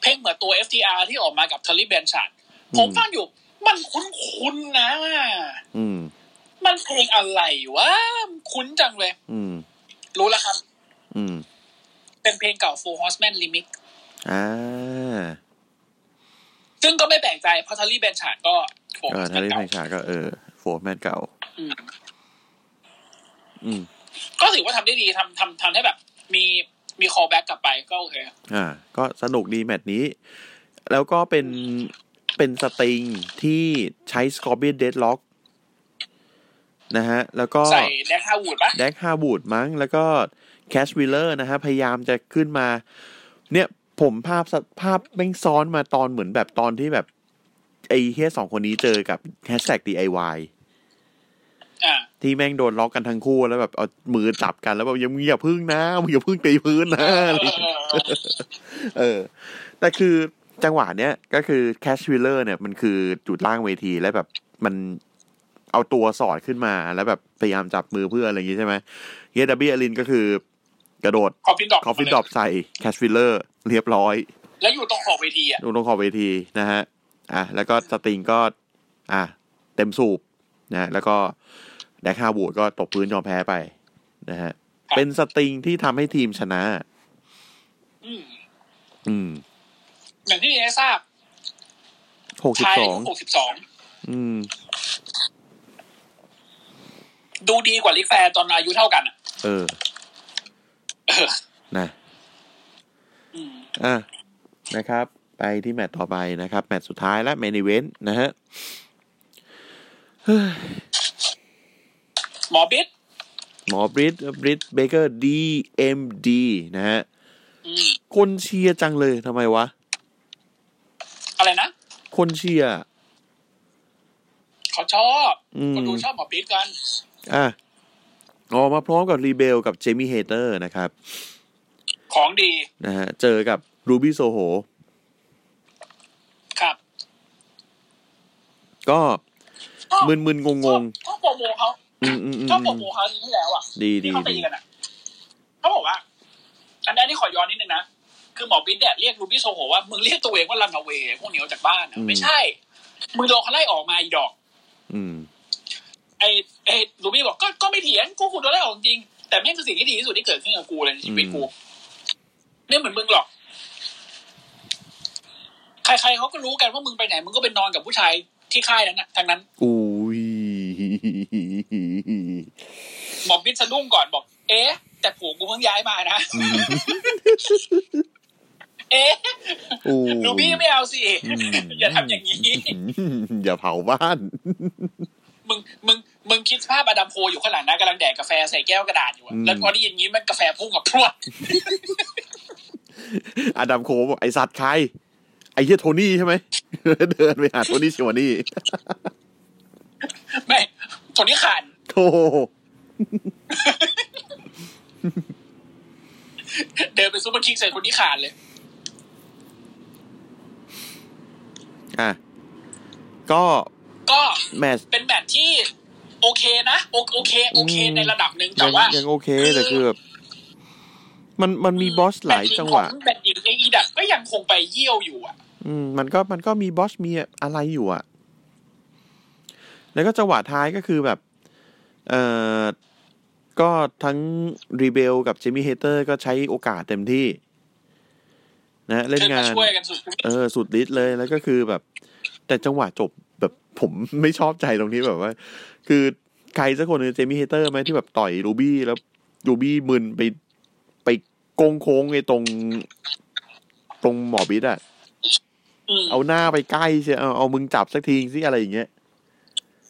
Speaker 2: เพลงเหมือนตัว FTR ที่ออกมากับเทอร์รี่แบนชาร์ดผมฟังอยู่ มันคุ้นๆนะ
Speaker 1: อืม
Speaker 2: มันเพลงอะไรวะมันคุ้นจังเลย
Speaker 1: อืม
Speaker 2: รู้แล้วครับ
Speaker 1: อืม
Speaker 2: เป็นเพลงเก่า Four Horsemen Remix
Speaker 1: อ่า
Speaker 2: ซึ่งก็ไม่แปลกใจเพราะทัลลี่แบนชาร์ดก็ Four
Speaker 1: เออทา
Speaker 2: Horsemen
Speaker 1: ริส
Speaker 2: เก่า
Speaker 1: แมนชาก็เออโฟร์แมนเก่า
Speaker 2: อืม
Speaker 1: อืม
Speaker 2: ก็ถือว่าทำได้ดีทำทำทำให้แบบ มีมี call back กลับไปก็โอเค
Speaker 1: อ่า ก็สนุกดีแมตช์นี้ แล้วก็เป็นเป็นสติงที่ใช้สกอร์เบียนเดดล็อกนะฮะ แล้วก็
Speaker 2: ใส่แดกฮาวูดปะ
Speaker 1: แดกฮาบูดมั้ง แล้วก็แคชวิลเลอร์นะฮะ พยายามจะขึ้นมา เนี่ยผมภาพสภาพแม่งซ้อนมาตอนเหมือนแบบตอนที่แบบ ไอ้เฮียสองคนนี้เจอกับแฮชแท็ก DIY
Speaker 2: อ่า
Speaker 1: ที่แม่งโดนล็อกกันทั้งคู่แล้วแบบเอามือจับกันแล้วแบบยังอย่าพึ่งนะมึงอย่าพึ่งตีพื้นนะอะไรอย่างเงี้ย
Speaker 2: เออเออเออ
Speaker 1: เออ แต่คือจังหวะเนี้ยก็คือแคชวิลเลอร์เนี่ยมันคือจุดล่างเวทีแล้วแบบมันเอาตัวสอดขึ้นมาแล้วแบบพยายามจับมือเพื่อนอะไรอย่างงี้ใช่ไหมเยดับบี้อลินก็คือ กระโดด
Speaker 2: ขอฟินดอก
Speaker 1: คอฟฟี่ดรอปใส่แคชวิลเลอร์เรียบร้อย
Speaker 2: แล้วอยู่ตรงขอบเวทีอ่ะ
Speaker 1: ลงตรงขอบเวทีนะฮะ อ่ะ แล้วก็สติงก็ อ่ะ เต็มสูบนะฮะแล้วก็แดกฮาวูดก็ตกพื้นยอมแพ้ไป นะฮะ เป็นสตริงที่ทำให้ทีมชนะ
Speaker 2: อืม
Speaker 1: อืม
Speaker 2: อย่างที่เอทราบ
Speaker 1: หกสิบ
Speaker 2: ชาย
Speaker 1: ส
Speaker 2: อา
Speaker 1: อง
Speaker 2: ยุหกสิบสอง
Speaker 1: อืม
Speaker 2: ดูดีกว่าลิกแฟร์ตอนอายุเท่ากันอะ
Speaker 1: เออ
Speaker 2: เออ
Speaker 1: นะ
Speaker 2: อืม
Speaker 1: อ่ะนะครับ ไปที่แมตต์ต่อไปนะครับ แมตต์สุดท้ายและเมนิเวนนะฮะ
Speaker 2: หมอบิ๊ด
Speaker 1: หมอบริตบริตเบเกอร์ DMD นะฮะ
Speaker 2: อืม
Speaker 1: คนเชียร์จังเลยทำไมวะ
Speaker 2: อะไรนะ
Speaker 1: คนเชียร์
Speaker 2: เขาชอบ
Speaker 1: อืม
Speaker 2: คนดูชอบหมอบิ๊ดกัน
Speaker 1: อ่ะออกมาพร้อมกับรีเบลกับเจมี่เฮเตอร์นะครับ
Speaker 2: ของดี
Speaker 1: นะฮะเจอกับรูบี้โซโห
Speaker 2: ครับ
Speaker 1: ก็
Speaker 2: ชอบ
Speaker 1: มึนๆ งง
Speaker 2: ชอบโปรโมเขา
Speaker 1: ๆ อืมอืมอืม
Speaker 2: ชอบโปรโมเขาที่แล้วอ่ะ
Speaker 1: ดีดี
Speaker 2: ที่เขาตี
Speaker 1: ดี
Speaker 2: กันอ่ะเขาบอกว่า อันนี้นนี่ขอย้อนนิดนึงนะ คือหมอบิ๊ดเนี่ยเรียกรูบี้โซโหว่า มึงเรียกตัวเองว่าลันนาเวย์พวกเหนียวจากบ้านอะไม่ใช่ มึงโดนเขาไล่ออกมาอีดอก
Speaker 1: อืม
Speaker 2: ไอ้ไอ้รูบี้บอกก็ก็ไม่เถียงกูกูโดนไล่ออกจริง แต่แม่งคือสิ่งที่ดีที่สุดที่เกิดขึ้นกับกูเลยในชีวิตกู
Speaker 1: อืม
Speaker 2: เนี่ยเหมือนมึงหรอก ใครๆเขาก็รู้กันว่ามึงไปไหน มึงก็ไปนอนกับผู้ชายที่ค่ายนั้นนะทางนั้น
Speaker 1: อุ้ ย
Speaker 2: หมอบิ๊ดสะดุ้งก่อนบอก เอ๊ะ แต่ผัวกูเพิ่งย้ายมา นะ เอ๊ะ
Speaker 1: โอ้
Speaker 2: หนูบี้ไม่เอาสิ อย่าทำอย่างนี้
Speaker 1: อย่าเผาบ้าน
Speaker 2: มึง มึง มึงคิดภาพอดัมโพอยู่ข้างหลังนะกำลังแดกกาแฟใส่แก้วกระดาษอยู่อะ
Speaker 1: อืม
Speaker 2: แล้วพอได้ยินงี้มันกาแฟพุ่งกับพรวด
Speaker 1: อดัมโคบอกไอสัตว์ใคร ไอเฮียโทนี่ใช่ไหม เดินไปหาโทนี่ชิวานี่
Speaker 2: ไม่ตอนนี้ขาด
Speaker 1: โธ่
Speaker 2: เดินไปซูเปอร์คิงใส่คนที่ขาดเลย
Speaker 1: อ่ะ ก็
Speaker 2: ก็
Speaker 1: แมตช
Speaker 2: เป็นแบบที่ โอเคนะ โอโอเค โอเค
Speaker 1: อืม
Speaker 2: ในระดับหนึ่งแต่ว่าย
Speaker 1: งยังโอเคแต่คือแบบมันมันมีบอสหลายจังหวะ
Speaker 2: แบตของแบตหญิงในอีดักก็ยังคงไปเยี่ยวอยู่อ่ะ
Speaker 1: อืมมันก็มันก็มีบอสมีอะไรอยู่อะแล้วก็จังหวะท้ายก็คือแบบ เอ่อ ก็ทั้งรีเบลกับเจมี่เฮเตอร์ก็ใช้โอกาสเต็มที่ นะเล่น
Speaker 2: ขึ้
Speaker 1: งาม
Speaker 2: นาน ช่วยกันสุด
Speaker 1: เออ สุดฤทธิ์เลยแล้วก็คือแบบ แต่จังหวะจบแบบผม ไม่ชอบใจตรงที่แบบว่า คือใครสักคนหนึ่งเจมี่เฮเตอร์ไหมที่แบบต่อยรูบี้แล้วรูบี้มึนไปไปโกงโค้งไอ้ตรง ตรงหมอบิดอะ
Speaker 2: อืม
Speaker 1: เอาหน้าไปใกล้เชียวเอาเอามึงจับสักทีสิอะไรอย่างเงี้ย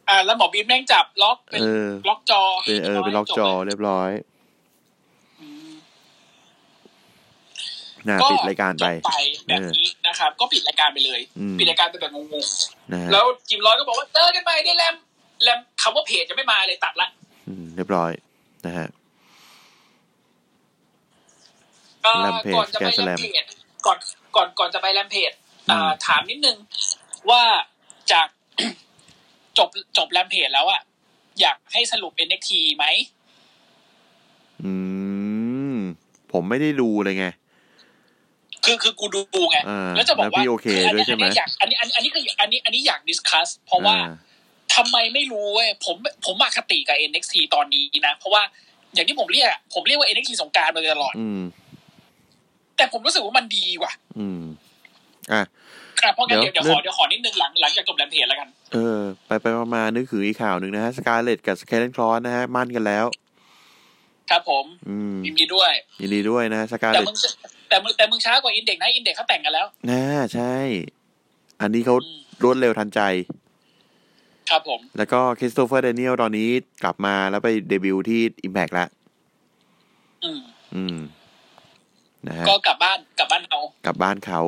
Speaker 2: อ่า แล้วหมอบีมแม่งจับล็อกเป็น
Speaker 1: เออ
Speaker 2: ล็อกจอ
Speaker 1: เป็นเออเป็นล็อกจอเรียบร้อย
Speaker 2: อืม
Speaker 1: นะ
Speaker 2: ก็
Speaker 1: ปิดรายการไป
Speaker 2: จบแบบนี้นะครับ ก็ปิดรายการไปเลย
Speaker 1: อืม
Speaker 2: ปิดรายการไปแบบงง
Speaker 1: นะฮะ
Speaker 2: ๆแล้วจิมร้อยก็บอกว่าเจอกันใหม่ได้แลมแลมคำว่าเพจจะไม่มาเลยตัดละ
Speaker 1: อืมเรียบร้อยนะฮะ
Speaker 2: เอ่อ
Speaker 1: แรมเพจ
Speaker 2: ก่อนจะไป
Speaker 1: แกสแล
Speaker 2: แล
Speaker 1: ม
Speaker 2: มเพจก่อนก่อนก่อนจะไปแลมเพจอ่าถามนิดนึงว่าจาก จบจบแลมเพจแล้วอะอยากให้สรุป NXT ไหม
Speaker 1: อืม ผมไม่ได้ดูเลยไง
Speaker 2: คือคือกูดูไง
Speaker 1: อ่า
Speaker 2: แล้วจะบอก
Speaker 1: แล้วพี่
Speaker 2: ว่า
Speaker 1: โอเคด้วยใช่ไหม
Speaker 2: อันนี้อยากอันนี้อันนี้อันนี้คืออันนี้อันนี้อยากดิสคัสเพราะว่า
Speaker 1: อ่
Speaker 2: ทำไมไม่รู้เว้ยผมผมมาคติกับ NXT ตอนนี้นะ เพราะว่าอย่างที่ผมเรียกอะผมเรียกว่า NXT สงกรารมาโดยตลอด
Speaker 1: อืม
Speaker 2: แต่ผมรู้สึกว่ามันดีว่ะ
Speaker 1: อืม อ่ะ
Speaker 2: อ่ะเพราะงั้น
Speaker 1: เดี๋
Speaker 2: เดี๋
Speaker 1: ย
Speaker 2: ยว วเดี๋ยวขอเดี๋ยวขอนิดนึงหลังหลังจากจบแรมเพจแล้วกัน
Speaker 1: เออ ไปไปมาๆนึกถึงอีกข่าวหนึ่งนะฮะสกาเลตกับสแคลเลนคลอสนะฮะ มั่นกันแล้ว
Speaker 2: ครับผม
Speaker 1: อืม
Speaker 2: ยินดีด้วย
Speaker 1: ยินดีด้วยนะฮะสกา
Speaker 2: แต่
Speaker 1: เลต
Speaker 2: มึงแต่มึงแต่มึงช้ากว่าอินเด็กนะอินเด็กเขาแต่งกันแล้ว
Speaker 1: น่าใช่ อันนี้เขา
Speaker 2: อืม
Speaker 1: รวดเร็วทันใจ
Speaker 2: ครับผม
Speaker 1: แล้วก็คริสโตเฟอร์เดนิเอลตอนนี้กลับมาแล้วไปเดบิวต์ที่อิมแพกแล้ว
Speaker 2: อืม
Speaker 1: อืม นะฮะ
Speaker 2: ก็กลับบ้านกลับบ้านเอา
Speaker 1: กลับบ้านเขา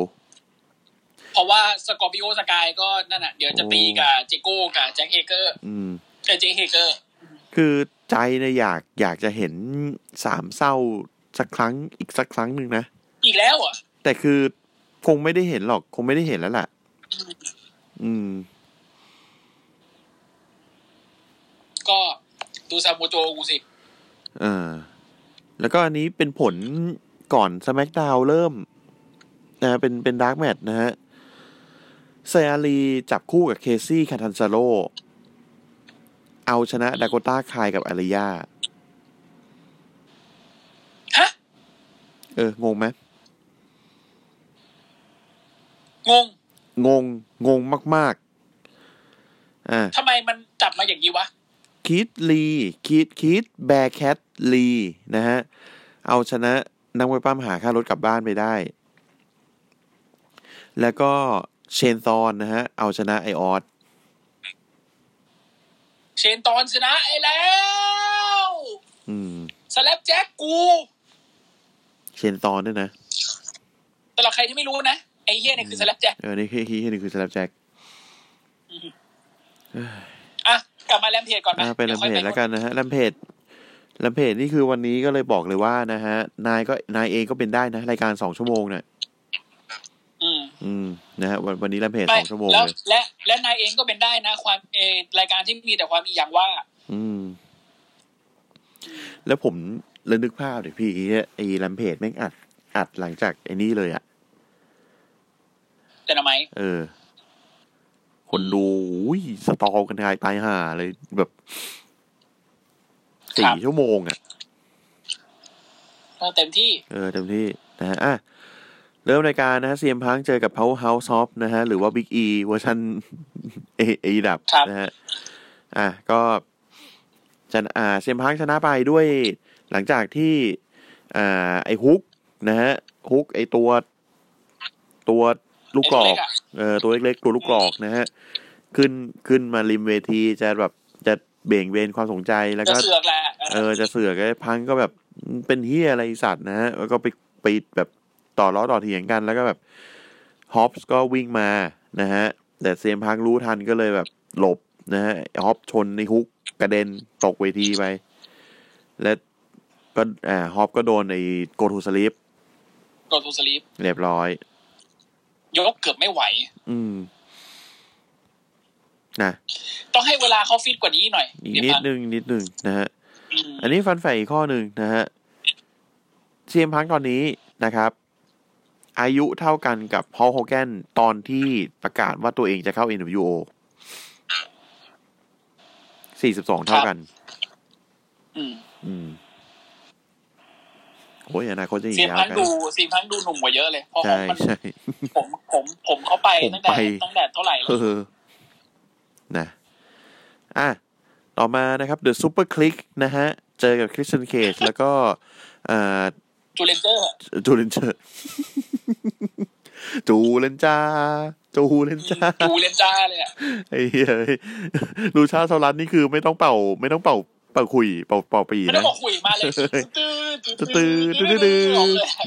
Speaker 2: เพราะว่าสกอร์ปิโอสกายก็นั่นน่ะเดี๋ยวจะตี
Speaker 1: โอ้
Speaker 2: กับเจโก้กับแจ็คเฮเกอร์
Speaker 1: อืม
Speaker 2: เอ้ยเจคเฮเกอร์
Speaker 1: คือใจเนี่ยอยากอยากจะเห็นสามเศร้าสักครั้งอีกสักครั้งหนึ่งนะ
Speaker 2: อีกแล้วเหรอ่ะ
Speaker 1: แต่คือคงไม่ได้เห็นหรอก คงไม่ได้เห็นแล้วล่ะ อืม
Speaker 2: ก็ดูซามูโจกูสิ
Speaker 1: เออ แล้วก็อันนี้เป็นผลก่อนส c k กดาวเริ่ม นะฮะเป็นเป็นดาร์กแมทนะฮะเซอารีจับคู่กับเคซี่คาทันซาโล เอาชนะดาโกต้าคายกับอาริยา เอองงไหม
Speaker 2: ง
Speaker 1: ง
Speaker 2: ง
Speaker 1: งงงมาก ๆ อ่า
Speaker 2: ทำไมมันจับมาอย่างนี้วะ
Speaker 1: คีตลีคีตคีตแบร์แคทลีนะฮะ เอาชนะนักมวยปั้มหาค่ารถกลับบ้านไปได้ แล้วก็เชนซอนนะฮะ เอาชนะไอออส
Speaker 2: เชนตอนชนะไอ้แล้ว
Speaker 1: อืม
Speaker 2: สแลปแจ็คกู
Speaker 1: เชนซอนด้วยนะ
Speaker 2: สำหรับใครที่ไม่รู้นะ ไอ้เฮียเนี่ยคือสแลปแจ็ค
Speaker 1: เออ นี่คือฮีนี่คือสลับแจ็ค
Speaker 2: อ่ะกลับมาแรมเพจก่อน
Speaker 1: อ่ะไป
Speaker 2: ดี๋
Speaker 1: ลั
Speaker 2: ย
Speaker 1: ม
Speaker 2: ค่อย
Speaker 1: เพจแล้ว
Speaker 2: ค
Speaker 1: กันนะฮะลัมเพจลัมเพจนี่คือวันนี้ก็เลยบอกเลยว่านะฮะ นายก็นายเองก็เป็นได้นะ รายการสองชั่วโมงเนี่ย
Speaker 2: อืม
Speaker 1: อืม นะฮะวันวันนี้ลัมเพจ
Speaker 2: ไม่
Speaker 1: สองชั่วโมง
Speaker 2: แล้ว
Speaker 1: เลย
Speaker 2: และและนายเองก็เป็นได้นะ ความเออรายการที่มีแต่ความอีหยังว่า
Speaker 1: อืม แล้วผมเลยนึกภาพเดี๋ยวพี่ไอ้ลัมเพจแม่งอัด อัดหลังจากไอ้นี่เลยอะ
Speaker 2: แต่ทำไม
Speaker 1: เออ คนดูอุ้ยสตอกันทายตายห่าเลยแบบสี่ชั่วโมงอะ
Speaker 2: เราเต็มที่
Speaker 1: เออเต็มที่นะฮะอ่ะเริ่มรายการนะฮะเซียมพังเจอกับ Powerhouse of นะฮะ หรือว่า Big E เวอร์ ชันเอเอดับ
Speaker 2: ครับ
Speaker 1: นะฮะอ่ะก็ชนะอ่าเซียมพังชนะไปด้วยหลังจากที่ อ่า ไอ้ฮุกนะฮะฮุกไอ้ตัว ตัวลูกกรอก เออตัวเล็กๆ ตัวลูกกรอกนะฮะ ขึ้นขึ้นมาริมเวทีจะแบบจะเบ่งเบนความสนใจแล้ว
Speaker 2: จะ
Speaker 1: ก็
Speaker 2: เสือกแหละ
Speaker 1: เออจะเสือกไอ้พังก็แบบเป็นเฮียอะไรสัตว์นะฮะแล้วก็ไปไปแบบต่อล้อต่อเถียงกันแล้วก็แบบฮอปส์ก็วิ่งมานะฮะ แต่เซียมพังรู้ทันก็เลยแบบหลบนะฮะฮอปชนในฮุกกระเด็นตกเวทีไป และก็อ่าฮอปก็โดนไอ้โกทูสลิป
Speaker 2: โดนทูสลีป
Speaker 1: เรียบร้อย
Speaker 2: ยกเกือบไม่ไหว
Speaker 1: อืมนะ
Speaker 2: ต้องให้เวลาเขาฟิตกว่านี้หน่อย
Speaker 1: อีก
Speaker 2: เดี๋ยว
Speaker 1: นิด
Speaker 2: มา
Speaker 1: นึงนิดนึงนะฮะ
Speaker 2: อืม
Speaker 1: อันนี้ฟันใฝ่อีกข้อหนึ่งนะฮะเซียมพังตอนนี้นะครับ อายุเท่ากันกับพอลโฮแกนตอนที่ประกาศว่าตัวเองจะเข้า NWO 42 เท่ากัน
Speaker 2: อืม
Speaker 1: อืมโอ้ยอนาคตจะอีก
Speaker 2: เสียง
Speaker 1: ยาว
Speaker 2: พัง
Speaker 1: กัน
Speaker 2: ดูเสียงพังดูหนุ่มกว่าเยอะเลยเพราะ
Speaker 1: ใช่
Speaker 2: มัน
Speaker 1: ใช่
Speaker 2: ผมผมผมเขาไป
Speaker 1: ผม
Speaker 2: ตั้งแต่
Speaker 1: ไป
Speaker 2: ตั้งแต่เท่าไหร่แล้
Speaker 1: เอ
Speaker 2: ว
Speaker 1: อนะอ่ะ ต่อมานะครับ The Super Click นะฮะ เจอกับ Christian Cage แล้วก็เอ่อ
Speaker 2: จูเลนเจอร์อะ
Speaker 1: จูเลนเจอร์จูเลนจ้า จูเลนจ้า
Speaker 2: จูเลนจ้าเลยอ่ะ
Speaker 1: ไอ้เหี้ยลูชาโซลัสนี่คือไม่ต้องเป่า ไม่ต้องเป่าเป่าคุยเป่าเป่าปี
Speaker 2: ไม่ต้อ
Speaker 1: นะ
Speaker 2: งบอกคุยมาเลยตื้อ
Speaker 1: ตื้อตื้อตื้อตื้อตื้อ
Speaker 2: ออกเลยอะ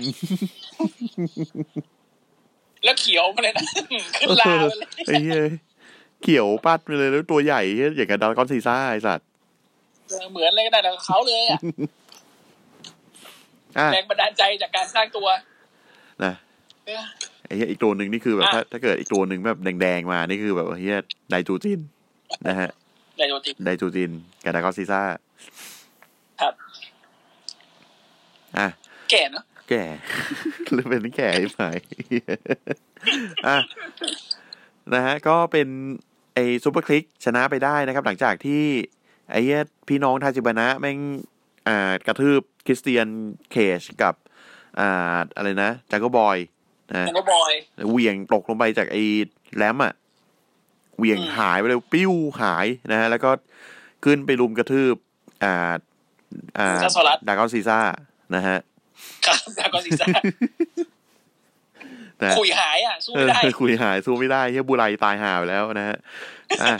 Speaker 2: แล้วเขียวมาเลยนะขึ้นลาไปเลย
Speaker 1: ไอ้เหี้ยเขียวปัดไปเลยแล้วตัวใหญ่เหี้ยอย่างกับดารากอนซีซ่าไอ้สัตว์
Speaker 2: เหมือนเลยก็ได้แต่เขาเลย อ่ะ
Speaker 1: อ่ะ
Speaker 2: แรงบันดาลใจจากการสร้างตัว
Speaker 1: นะ
Speaker 2: เออ
Speaker 1: ไอ้เหี้ยอีกตัวหนึ่งนี่คือแบบ
Speaker 2: อ่ะ
Speaker 1: ถ้าถ้าเกิดอีกตัวหนึ่งแบบแดงๆมานี่คือแบบเหี้ยไดจูจินนะฮะ
Speaker 2: ได้โยติ
Speaker 1: ไดจูจินกับดารากอนซีซ่า
Speaker 2: ครับ
Speaker 1: อ่ะ
Speaker 2: แก่เนอะ
Speaker 1: แก่ หรือเป็น แก่ไอ้ไหม อ่ะนะฮะ ก็เป็นไอ้ซูเปอร์คลิกชนะไปได้นะครับ หลังจากที่ ไอ้เหี้ยพี่น้องทาจิบานะแม่งอ่ากระทืบคริสเตียนเคจกับ อ่าอะไรนะจักรบอยนะ
Speaker 2: แต่ก็บอย
Speaker 1: เหวี่ยงตกลงไปจากไอ้แรมอ่ะเหวี่ยง
Speaker 2: อืม
Speaker 1: หายไปเลยปิ้วหายนะฮะ แล้วก็ขึ้นไปรุมกระทืบ อ่า อ่า
Speaker 2: ซาโซลัส
Speaker 1: ดากอนซีซ่านะฮะ
Speaker 2: ครับแล้วก็ซีซ่า
Speaker 1: นะ
Speaker 2: คุยหายอ่ะสู้
Speaker 1: เอ
Speaker 2: ไม่
Speaker 1: อ
Speaker 2: ได้
Speaker 1: คุยหายสู้ไม่ได้เฮียบุไรตายหาไปแล้วนะฮะอ่ะ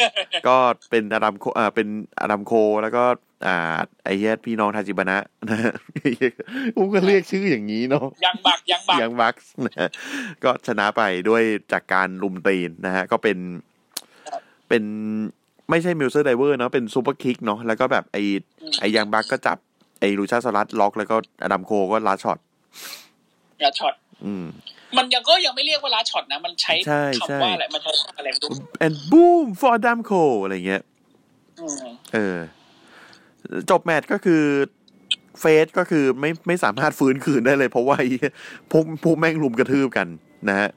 Speaker 1: ก็เป็นอารัมโคอ่าเป็นอารัมโคแล้วก็ อ่า ไอเฮียพี่น้องทาจิบานะ นะฮะไอ้เหี้ยกูก็เรียกชื่ออย่างนี้เนาะ
Speaker 2: ยังบักยังบัก
Speaker 1: ยังวักซ์นะฮะก็ชนะไปด้วยจากการลุมตีนนะฮะ ก็เป็น เป็นไม่ใช่มิลเซอร์ไดเวอร์เนาะเป็นซูเปอร์คิกเนาะแล้วก็แบบไอไอยังบักก็จับไอลูชาสลัดล็อก แล้วก็อารัมโคก็ลาช็อต
Speaker 2: ลาช็อต
Speaker 1: อืม
Speaker 2: มันยังก็ยังไม่เรียกว่าลาช็อตนะ มันใช้
Speaker 1: ใช่ใช่
Speaker 2: คำว่าอะไรมันใช้อะไรไม่รู้
Speaker 1: and boom for อาดัมโคอะไรเงี้ย
Speaker 2: อืม
Speaker 1: เออ จบแมตช์ก็คือเฟสก็คือไม่ไม่สามารถฟื้นคืนได้เลย เพราะว่าไอ้พวกพวกแม่งรุมกระทืบกันนะฮะ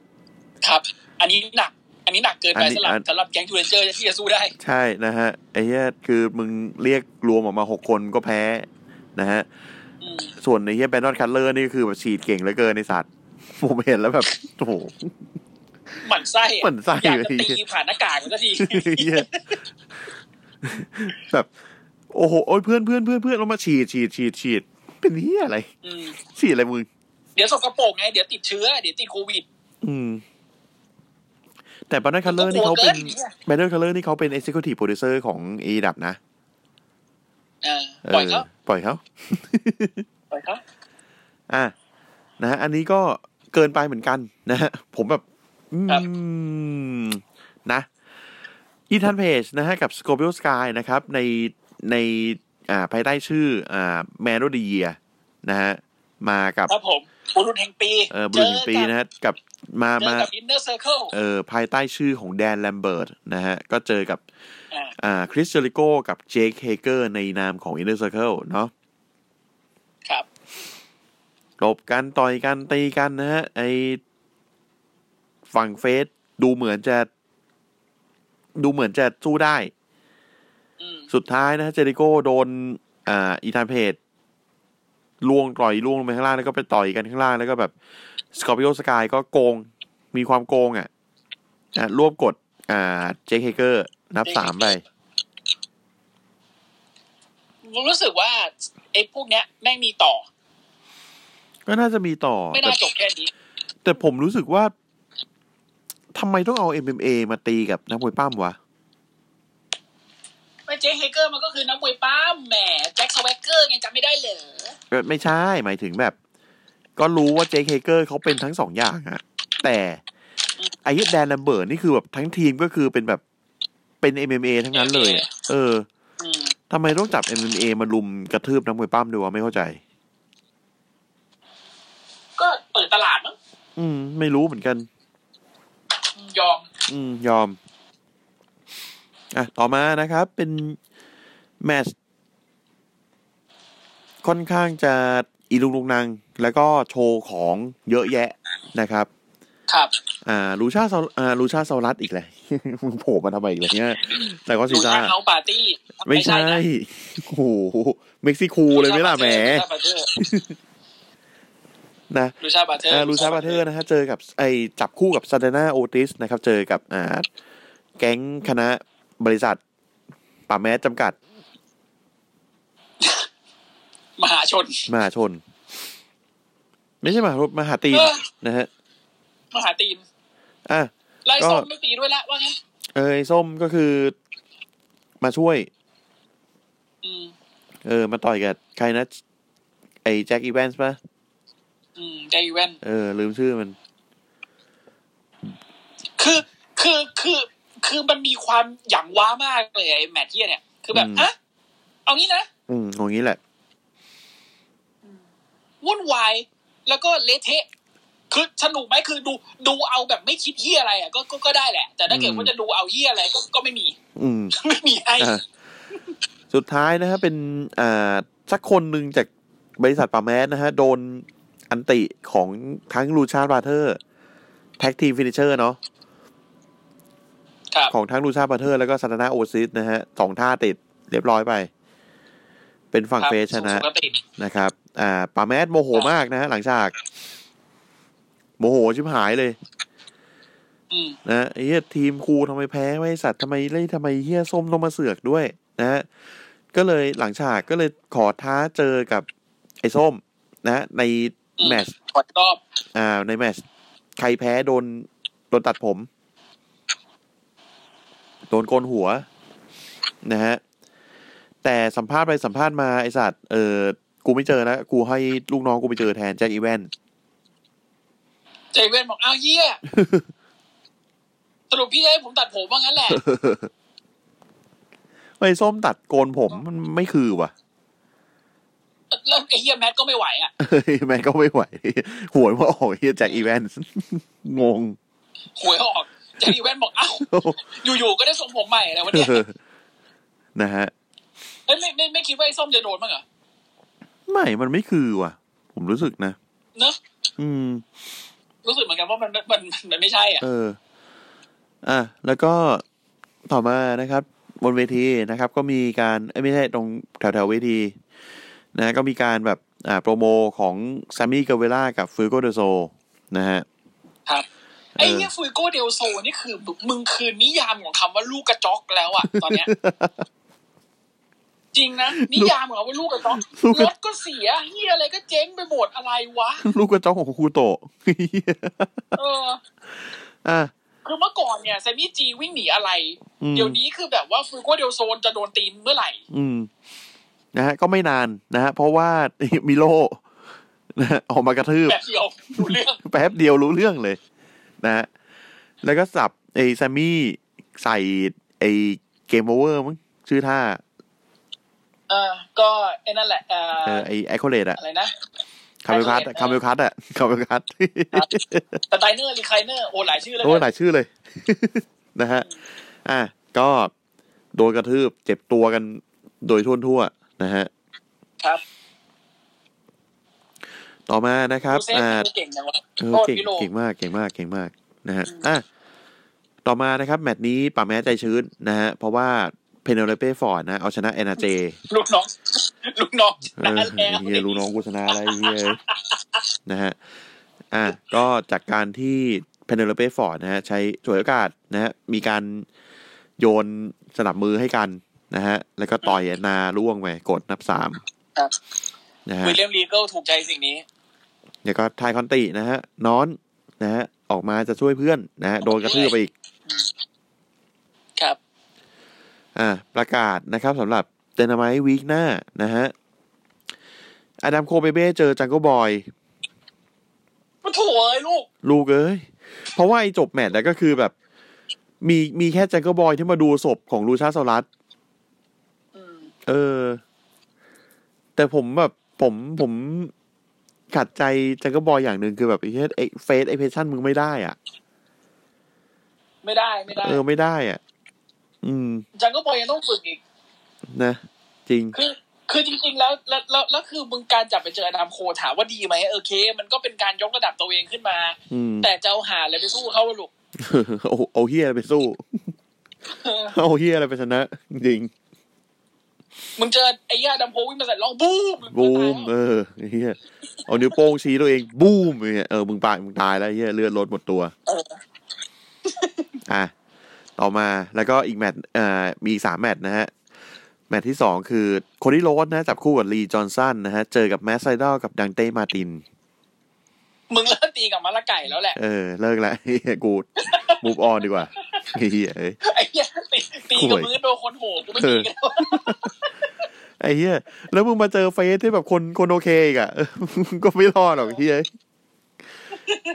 Speaker 2: ครับ อันนี้หนัก อันนี้หนักเกินไป
Speaker 1: อันนี้
Speaker 2: สำหรับ
Speaker 1: อัน
Speaker 2: สำหรับแก๊งทูเรนเจอร์ที่จะสู้ได้
Speaker 1: ใช่นะฮะ ไอ้เนี้ยคือมึงเรียกรวมออกมาหกคนก็แพ้นะฮะ
Speaker 2: อืม
Speaker 1: ส่วนในเฮียแบนนอนคัตเลอร์นี่คือแบบฉีดเก่งเหลือเกินในสัตว์ ผมเห็นแล้วแบบโอ้โห
Speaker 2: หมั่นไส้อะ
Speaker 1: หมั่นไส้
Speaker 2: อยาก
Speaker 1: เลย
Speaker 2: จะตีผ่านหน้ากากมันสักที
Speaker 1: เหี้ยแบบ โอ้โหโอ้ยเพื่อนเพื่อนเพื่อนเพื่อนเรามาฉีดฉีดฉีดฉีดเป็นเฮียอะไร
Speaker 2: อืม
Speaker 1: ฉีดอะไรมึง
Speaker 2: เดี๋ยวสกปรกไง เดี๋ยวติดเชื้อ เดี๋ยวติดโควิด
Speaker 1: อืม แต่แบนนอนคัตเลอร์นี่เขาเป็นแบนนอนคัตเลอร์นี่เขาเป็น executive producer ของเอดับนะ
Speaker 2: เออ
Speaker 1: เ
Speaker 2: ปล่อยเขา
Speaker 1: ปล่อยเขา
Speaker 2: ปล่อยเขา
Speaker 1: อ่ะนะฮะอันนี้ก็เกินไปเหมือนกันนะฮะผมแบบ อืม นะอีทันเพจนะฮะกับ Scorpio Sky นะครับ ในในอ่าภายใต้ชื่ออ่า Man of the Year นะฮะมากับ
Speaker 2: ครับผมบุรุษแห่งปี
Speaker 1: เออบลูนปีนะฮะกับมา
Speaker 2: เจอ
Speaker 1: มา
Speaker 2: กับอินเนอร์เซอร์เคิล
Speaker 1: เออภายใต้ชื่อของแดนแลมเบิร์ตนะฮะก็เจอกับอ่าคริสเจริโกกับเจคเฮเกอร์ในนามของ Inner Circle เนาะ
Speaker 2: ครับ
Speaker 1: ตบกันต่อยกันตีกันนะฮะ ไอฝั่งเฟสดูเหมือนจะ ดูเหมือนจะสู้ได้
Speaker 2: อืม
Speaker 1: สุดท้ายนะฮะเจริโก้โดน อ่า อีธานเพจล่วงต่อยล่วงลงไปข้างล่าง แล้วก็ไปต่อยกันข้างล่าง แล้วก็แบบสกอร์ i ิโอสกายก็โกง มีความโกงอ่ะ อ่ะรวบกด อ่า เจคเฮเกอร์ นับสามไป
Speaker 2: ผมรู้สึกว่าไอ้พวกเนี้ยแม่งมีต่อ
Speaker 1: ก็น่าจะมีต่อ
Speaker 2: ไม่
Speaker 1: แต่
Speaker 2: น่าจบแค่นี้
Speaker 1: แต่ผมรู้สึกว่าทำไมต้องเอา MMA มาตีกับนักมวยปั้มวะ
Speaker 2: ไม่เจ๊เฮเกอร์มันก็คือนักมวยป้ามแหมแจ็คสแวกเกอร์ไงจำไม่ได้เหรอ
Speaker 1: เอ่อไม่ใช่ หมายถึงแบบ ก็รู้ว่าเจคเฮเกอร์เขาเป็นทั้งสองอย่างอะแต่ไอ้เหี้ยแดนแลมเบิร์ตนี่คือแบบทั้งทีมก็คือเป็นแบบเป็น MMA ทั้งนั้นเลยอะเออ
Speaker 2: อืม
Speaker 1: ทำไมต้องจับ MMA มาลุมกระทืบนักมวยปั้มด้วยวะไม่เข้าใจ
Speaker 2: ก็เปิดตลาดมั้ง
Speaker 1: อืม ไม่รู้เหมือนกัน
Speaker 2: ยอม
Speaker 1: อืม ยอม อ่ะ ต่อมานะครับ เป็น แมตช์ค่อนข้างจะอีลุงลุงนัง แล้วก็โชว์ของเยอะแยะนะครับ
Speaker 2: ครับ
Speaker 1: อ่าลูชาซาอ่าลูชาซารัสอีกแหละ มึ งโผล่มาทำไมอีกเลยเนี่ยแต่ก็ซี
Speaker 2: ดู
Speaker 1: ซ่า
Speaker 2: ชาเฮาปาร์ตี้
Speaker 1: ไม่ใช่ โอ้โห เม็กซิคูเลยไหมล่ะแหมนะ
Speaker 2: ดูชาบาเทอร์
Speaker 1: อ่าลูชาบาเทอร์นะฮะ เจอกับไอจับคู่กับซาเดนาโอติสนะครับ เจอกับอ่าแก๊งคณะบริษัทป่าแมสจำกัด
Speaker 2: มหาชน
Speaker 1: มหาชน ไม่ใช่มหาชนมหาตีน
Speaker 2: เออ
Speaker 1: นะฮะ
Speaker 2: มหาตีน
Speaker 1: อ่ะ
Speaker 2: ไล่
Speaker 1: ก็
Speaker 2: ส้มไม่ตีด้วยละว่างั้น
Speaker 1: เอยส้มก็คือมาช่วย
Speaker 2: อืม
Speaker 1: เออ มาต่อยกับใครนะ ไอแจ็คอีแวนส์ปะ
Speaker 2: อืมไดเวน
Speaker 1: เออ ลืมชื่อมัน
Speaker 2: คือคือคือ คือมันมีความหยั่งว้ามากเลยไอ้แมทเทียเนี่ย คือแบบ
Speaker 1: อืม
Speaker 2: อะเอานี้นะ
Speaker 1: อืมของนี้แหละ
Speaker 2: วุ่นวาย แล้วก็เละเทะ คือสนุกไหมคือดูดูเอาแบบไม่คิดเฮียอะไรอ่ะก็ก็ก็ได้แหละ แต่ถ้าเกิด
Speaker 1: อืม
Speaker 2: ว่าจะดูเอาเฮียอะไรก็ก็ไม่มี
Speaker 1: อืม
Speaker 2: ไม่มีให้
Speaker 1: อ่ะสุดท้ายนะฮะ เป็น อ่า สักคนหนึ่งจากบริษัทป่าแมสนะฮะ โดนอันติของทั้งลูชาบาเทอร์แท็กทีมฟินิเชอร์เนาะ
Speaker 2: ครับ
Speaker 1: ของทั้งลูชาบาเทอร์ แล้วก็ซาตานาโอซิสนะฮะสองท่าติดเรียบร้อยไป เป็นฝั่ง
Speaker 2: ครับ
Speaker 1: เฟสชนะ
Speaker 2: สุขติ
Speaker 1: นะครับ อ่าป่าแมสโมโหมากนะฮะ หลังจาก โมโหชิบหายเลย
Speaker 2: อืม
Speaker 1: นะไอ้เฮียทีมครูทำไมแพ้ไว้ไอ้สัตว์ทำไมเล่นทำไมเฮียส้มต้องมาเสือกด้วย นะฮะก็เลยหลังฉากก็เลยขอท้าเจอกับไอ้ส้ม นะฮะใน
Speaker 2: อืม
Speaker 1: แมตช์
Speaker 2: ขอรอบ
Speaker 1: อ่าในแมตช์ใครแพ้โดนโดนตัดผม โดนโกนหัว นะฮะ แต่สัมภาษณ์ไปสัมภาษณ์มาไอ้สัตว์เออกูไม่เจอแล้วกูให้ลูกน้องกูไปเจอแทนแจ็คอีแวน
Speaker 2: เจเวนบอกเอาวเฮียสรุปพี่จะให้ผมตัดผมว่างั้นแหละ
Speaker 1: ไอ้ส้มตัดโกนผมมันไม่คือว่ะ
Speaker 2: แล้วไอ้เฮียแมทก็ไม่ไหวอ่ะ
Speaker 1: เฮ้ยแม่งก็ไม่ไหว หวยว่าออกเฮียแจ็คอีแวนส์ งง
Speaker 2: หวยออกเจเวนบอกเอ้าวอยู่ๆก็ได้ทรงผมใหม่อะไรวะเนี่ย
Speaker 1: นะฮะ
Speaker 2: เฮ้ยไม่ไม่ไม่คิดว่าไอ้ส้มจะโดนมั้างเหรอ
Speaker 1: ไม่มันไม่คือว่ะ ผมรู้สึกนะ
Speaker 2: เนอะ
Speaker 1: อืม
Speaker 2: รู้สึกเหมือนกันว่ามันมันมันมันไม่ใช่อ่ะ
Speaker 1: เออ อ่ะ แล้วก็ต่อมานะครับ บนเวทีนะครับ ก็มีการเอ้ยไม่ใช่ตรงแถวแถวๆเวที นะ ก็มีการแบบ อ่าโปรโมของซามี่กาเวล่ากับฟูโกเดโซนะฮะ
Speaker 2: ครับไอ้เนี่ยฟุยโกเดลโซนี่คือมึงคือนิยามของคำว่าลูกกระจอกแล้วอะตอนเนี้ย จริงนะ นิยามของคำว่าลูกกระจอก
Speaker 1: ลูกกระ
Speaker 2: รถก็เสียเฮียอะไรก็เจ๊งไปหมดอะไรวะ
Speaker 1: ลูกกระจอกของคูโตะ
Speaker 2: เออ
Speaker 1: อ่ะ
Speaker 2: คือเมื่อก่อนเนี่ยเซมิจีวิ่งหนีอะไร
Speaker 1: อืม
Speaker 2: เดี๋ยวนี้คือแบบว่าฟูโกเดลโซนจะโดนตีนเมื่อไหร่
Speaker 1: อืมนะฮะก็ไม่นานนะฮะเพราะว่า มิโลนะฮะออกมากระทืบ
Speaker 2: แบบเดียวดูเรื่อง
Speaker 1: แป๊บเดียวรู้เรื่องเลยนะฮะแล้วก็สับไอ้แซมมี่ใส่ไอ้เกมโอเวอร์มั้งชื่อท่า
Speaker 2: เออก็ไอ้นั่นแหละเอ
Speaker 1: เอ
Speaker 2: อ
Speaker 1: อไอ้ไอคอเลตอะ
Speaker 2: อะไรนะ
Speaker 1: คาเมลคัสคาเมลคัสอะคาเมลคัส
Speaker 2: สไตเนอร์รีไคเนอร์โอ้หลายชื่อแล้ว
Speaker 1: โอ้ยห
Speaker 2: นะ
Speaker 1: ลายชื่อเลย นะฮะ อ่ะ ก็โดนกระทืบเจ็บตัวกันโดยทั่วทั่วๆนะฮะ
Speaker 2: ครับ
Speaker 1: ต่อมานะครับ
Speaker 2: ดูเซฟ
Speaker 1: อ่า
Speaker 2: เก่งจังวะ
Speaker 1: เออ
Speaker 2: โทษ
Speaker 1: เก่ง
Speaker 2: พี่โล
Speaker 1: เก่งมากเก่งมากเก่งมากนะฮะอ่ะต่อมานะครับ แมตช์นี้ป่าแม้ใจชื้นนะฮะ เพราะว่าเพเนเลเป้ฟอร์ดนะ เอาชนะแอนนาเจ
Speaker 2: ลูกน้อง ลูกน้องช
Speaker 1: เอ
Speaker 2: นะ
Speaker 1: อ
Speaker 2: แล้ว
Speaker 1: เฮียรู้น้องกูชนะ อะไรเฮียนะฮะอ่ะก็จากการที่เพเนเลเป้ฟอร์ดนะฮะ ใช้ฉวยโอกาสนะฮะ มีการโยนสนับมือให้กันนะฮะ แล้วก็ต่อยแอนนาล่วงไปกดนับสาม
Speaker 2: ครับ
Speaker 1: นะฮะ
Speaker 2: วิลเลียมลีเกิลถูกใจสิ่งนี้
Speaker 1: เดี๋ยวก็ทายคอนตินะฮะ นอนนะฮะ ออกมาจะช่วยเพื่อนนะฮะ โดนกระทืบไปอีก
Speaker 2: ครับ
Speaker 1: อ่าประกาศนะครับสำหรับเดนามายวีคหน้านะฮะอดัมโคเบเบ้เจอจังโกบอย
Speaker 2: มันโถูกเอ้ยลูก
Speaker 1: ลูกเอ้ย เพราะว่าไอ้จบแมตช์แล้วก็คือแบบ มีมีแค่จังโกบอยที่มาดูศพของลูชาสลัส
Speaker 2: อืม
Speaker 1: เออ แต่ผมแบบผมผมขัดใจจังโกบอยอย่างหนึ่งคือแบบไอ้เอเฟสไอเพชั่นมึงไม่ได้อ่ะ
Speaker 2: ไม่ได้ไม่ได้
Speaker 1: เออไม่ได้อ่ะ อืม
Speaker 2: จังก็บอยยังต้องฝึกอีก
Speaker 1: นะ จริง
Speaker 2: คือ คือจริงๆแล้วแล้วแล้วแล้วคือมึงการจับไปเจออดามโคถามว่าดีไหมเออโอเค มันก็เป็นการยกระดับตัวเองขึ้นมา
Speaker 1: อืม
Speaker 2: แต่จะเอาหาอะไรไปสู้เขาวะลูก
Speaker 1: เอาเอาเฮียอะไรไปสู้ เอาเฮียอะไรไปชนะ จริง
Speaker 2: มึงเจอไอ้ย่าอดามโควิ่งมาใส่ร้องบูม
Speaker 1: บูม
Speaker 2: ง
Speaker 1: เออไอ้เฮียเอานิ้วโป้งชี้ตัวเองบูมไอ้เฮียเออมึงตายมึงตายแล้วไอ้เฮียเลือดลดหมดตัว
Speaker 2: ตายแล้วเออ
Speaker 1: อ่ะ ต่อมาแล้วก็อีกแมตช์เอ่อมีอีกสามแมตช์นะฮะ แมตช์ที่สองคือโคดี้โรสนะ จับคู่กับลีจอห์นสันนะฮะ เจอกับแมสไซดอลกับดังเต้มาร์ติน
Speaker 2: มึงเลิกตีกับมาละไก่แล้วแหละ
Speaker 1: เออ เลิกละไอ้เฮีย กูมูฟออนดีกว่า ไอ้เฮียเอ้ย
Speaker 2: ไอ้เหี้ยตีตี
Speaker 1: ห่
Speaker 2: กับ
Speaker 1: วย
Speaker 2: มือโดนคนโหกูไม่ตีกันแล้ว
Speaker 1: ไอ้เฮียแล้วมึงมาเจอเฟสที่แบบคนคนโอเคอีกอะเออ มึงก็ไม่รอดหรอกเฮีย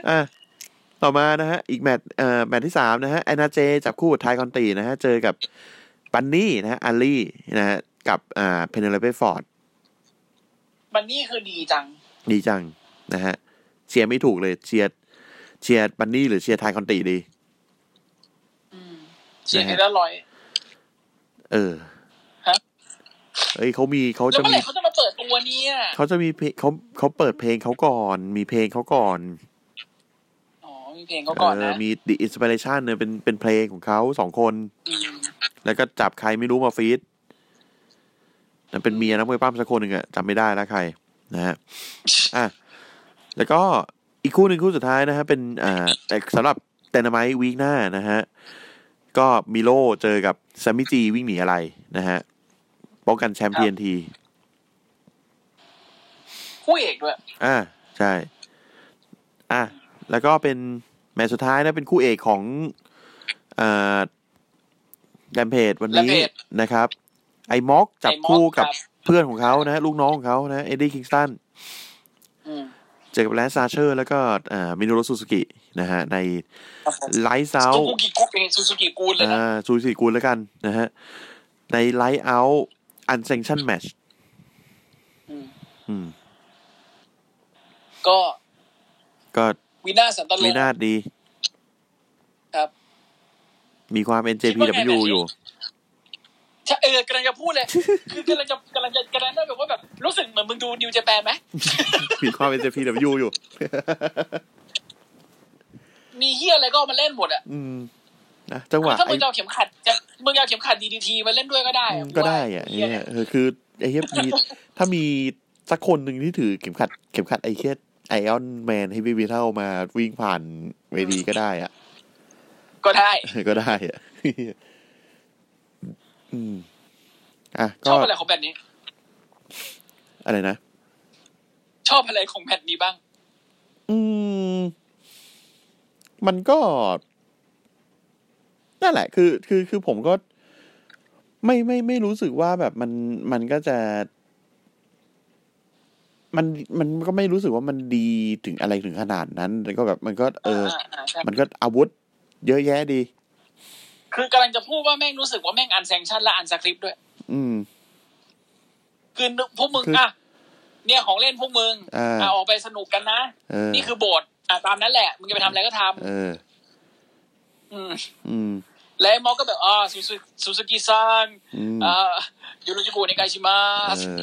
Speaker 1: อ่ะต่อมานะฮะ อีกแมตช์เอ่อแมตช์ที่สามนะฮะแอนนาเจ จับคู่ไทยคอนตีนะฮะ เจอกับปันนี่นะฮะอาลี่นะฮะ กับอ่าเพเนลเปฟอร์ด
Speaker 2: มันนี่คือดีจัง
Speaker 1: ดีจังนะฮะ เชียร์ไม่ถูกเลย เชียร์เชียร์ปันนี่หรือเชียร์ไทยคอนตีดี
Speaker 2: อืมเชียร์
Speaker 1: นะฮะ
Speaker 2: ให้ได้ร้อย
Speaker 1: เออ
Speaker 2: ฮะ
Speaker 1: เอ้ยเขามีเขา
Speaker 2: แล้ว
Speaker 1: จะ
Speaker 2: เมื่อ
Speaker 1: มี
Speaker 2: ไหร่เขาจะมาเปิดตัวเนี่ย
Speaker 1: เขาจะมีเพลงเขาเขาเปิดเพลงเขาก่อน มีเพลงเขาก่อน
Speaker 2: อ๋อมีเพลงเขาก่อน
Speaker 1: เออ
Speaker 2: นะ
Speaker 1: มี The Inspiration เนี่ยเป็นเป็นเพลงของเขาสองคน
Speaker 2: อืม
Speaker 1: แล้วก็จับใครไม่รู้มาฟีดนั่นเป็นเมียนักมวยปั้มสักคนหนึ่งอะจำไม่ได้แล้วใคร นะฮะอ่ะแล้วก็อีกคู่หนึ่งคู่สุดท้ายนะฮะ เป็นอ่าแต่สำหรับเตนไมวีคหน้านะฮะ ก็มิโลเจอกับซามิจีวิ่งหนีอะไรนะฮะป้องกันแชมป์ TNT
Speaker 2: คู่เอกด้วย
Speaker 1: อ่าใช่ อ่ะแล้วก็เป็นแมตช์สุดท้ายนะ เป็นคู่เอกของเอ่อแดมเพจวันนี้
Speaker 2: Rampage
Speaker 1: นะครับ ไอ้ม็อกจับ
Speaker 2: ไอ้ม็อก
Speaker 1: คู่กับ
Speaker 2: ครับ
Speaker 1: เพื่อนของเขานะฮะลูกน้องของเขานะเอ็ดดี้คิงสตัน
Speaker 2: อืม
Speaker 1: เจอกับแลนซาเชอร์ แล้วก็เอ่อมิโนรุสุสุกินะฮะ ใน
Speaker 2: ครับผม
Speaker 1: ไลท์เซา
Speaker 2: ซูซูกิกูเป็นซูซูกิกูเลยนะ
Speaker 1: อ่าซูซิกูลแล้วกันนะฮะ ในไลท์เอาอันเซงชั่นแมช
Speaker 2: อืม
Speaker 1: อืม
Speaker 2: ก็
Speaker 1: ก็
Speaker 2: วินาศสันตโล
Speaker 1: วินาศดี
Speaker 2: ครับ
Speaker 1: มีความ NJPW อยู่
Speaker 2: ถ้าเออกำลังจะพูด เลย คือกำลังจะกำลังจะกำลังจะแบบว่าแบบรู้สึกเหมือนมึงดูนิวเจแปนไหม
Speaker 1: มีความ NJPW อยู่
Speaker 2: มีเฮียอะไรก็เอามาเล่นหมดอะ
Speaker 1: อืมนะจังหวะ
Speaker 2: ถ้ามึ
Speaker 1: ไอ้
Speaker 2: งจะเอาเข็มขัดจะมึงจะเอาเข็มขัดดีดีทีมาเล่นด้วยก็ได้
Speaker 1: อื
Speaker 2: อะ
Speaker 1: มก็ได้อ่ะ
Speaker 2: เหี้ย
Speaker 1: เนี่ยเออคือไอ้เฮียมี ถ้ามี สักคนหนึ่งที่ถือเข็มขัดเข็มขัดไอเคนไอออนแมนให้บีบีเท่ามาวิ่งผ่านเวทีก็ได้อะ
Speaker 2: ก็ได้
Speaker 1: ก็ได้อะ อืม อ่ะ
Speaker 2: ช
Speaker 1: ก็
Speaker 2: อบอะไรของแบบนี้
Speaker 1: อะไรนะ
Speaker 2: ชอบอะไรของแบบนี้บ้าง
Speaker 1: อืม มันก็ นั่นแหละ คือ คือ คือผมก็ ไม่ไม่ไม่รู้สึกว่าแบบมันมันก็จะ มันมันก็ไม่รู้สึกว่ามันดีถึงอะไรถึงขนาดนั้นแล้วก็แบบ มันก็ เออ
Speaker 2: อ่าอ่าใช่
Speaker 1: มันก็อาวุธ เยอะแยะดี
Speaker 2: คือกำลังจะพูดว่าแม่งรู้สึกว่าแม่งอันแซงชั่นและอันสคริปต์ด้วย
Speaker 1: อืม
Speaker 2: คือนึกพวกมึง
Speaker 1: คืออ่
Speaker 2: อ่ะเนี่ยของเล่นพวกมึง
Speaker 1: อ่า
Speaker 2: ออกไปสนุกกันนะ
Speaker 1: เออ
Speaker 2: นี่คือโบสถ์อ่ะตามนั้นแหละ มึงจะไปทำอะไรก็ท
Speaker 1: เออ
Speaker 2: ำอืม
Speaker 1: อืม
Speaker 2: แล้วไอ้มอสก็แบบอ่าซูซูซูซูกิซัน
Speaker 1: อืม
Speaker 2: อ่ายูโรจิโกะในไกชิมา
Speaker 1: เออ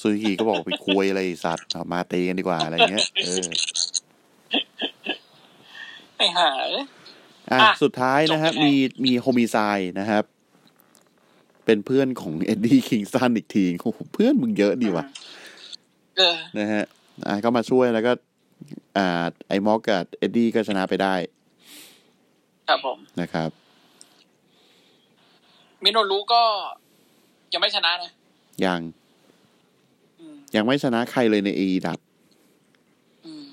Speaker 1: ซูซูกิก็บอกไปคุยอะไรไอ้สัตว์เอามาเตะกันดีกว่าอะไรเงี้ยเออ
Speaker 2: ไอ้หาเอ้ย
Speaker 1: อ่ะ
Speaker 2: อ่ะ
Speaker 1: สุดท้ายนะฮะ
Speaker 2: จบยังไง
Speaker 1: มีมีโฮมิไซด์นะครับ เป็นเพื่อนของเอ็ดดี้คิงสันอีกทีโอ้โหเพื่อนมึงเยอะดีว่ะ
Speaker 2: เออ
Speaker 1: นะฮะ อ่ะก็มาช่วยแล้วก็ อ่า ไอ้มอกกับเอ็ดดี้ก็ชนะไปได้
Speaker 2: ครับผม
Speaker 1: นะครับ
Speaker 2: มิโนรุก็ยังไม่ชนะนะ
Speaker 1: ยัง
Speaker 2: อืม
Speaker 1: ยังไม่ชนะใครเลยในเอดับ
Speaker 2: อืม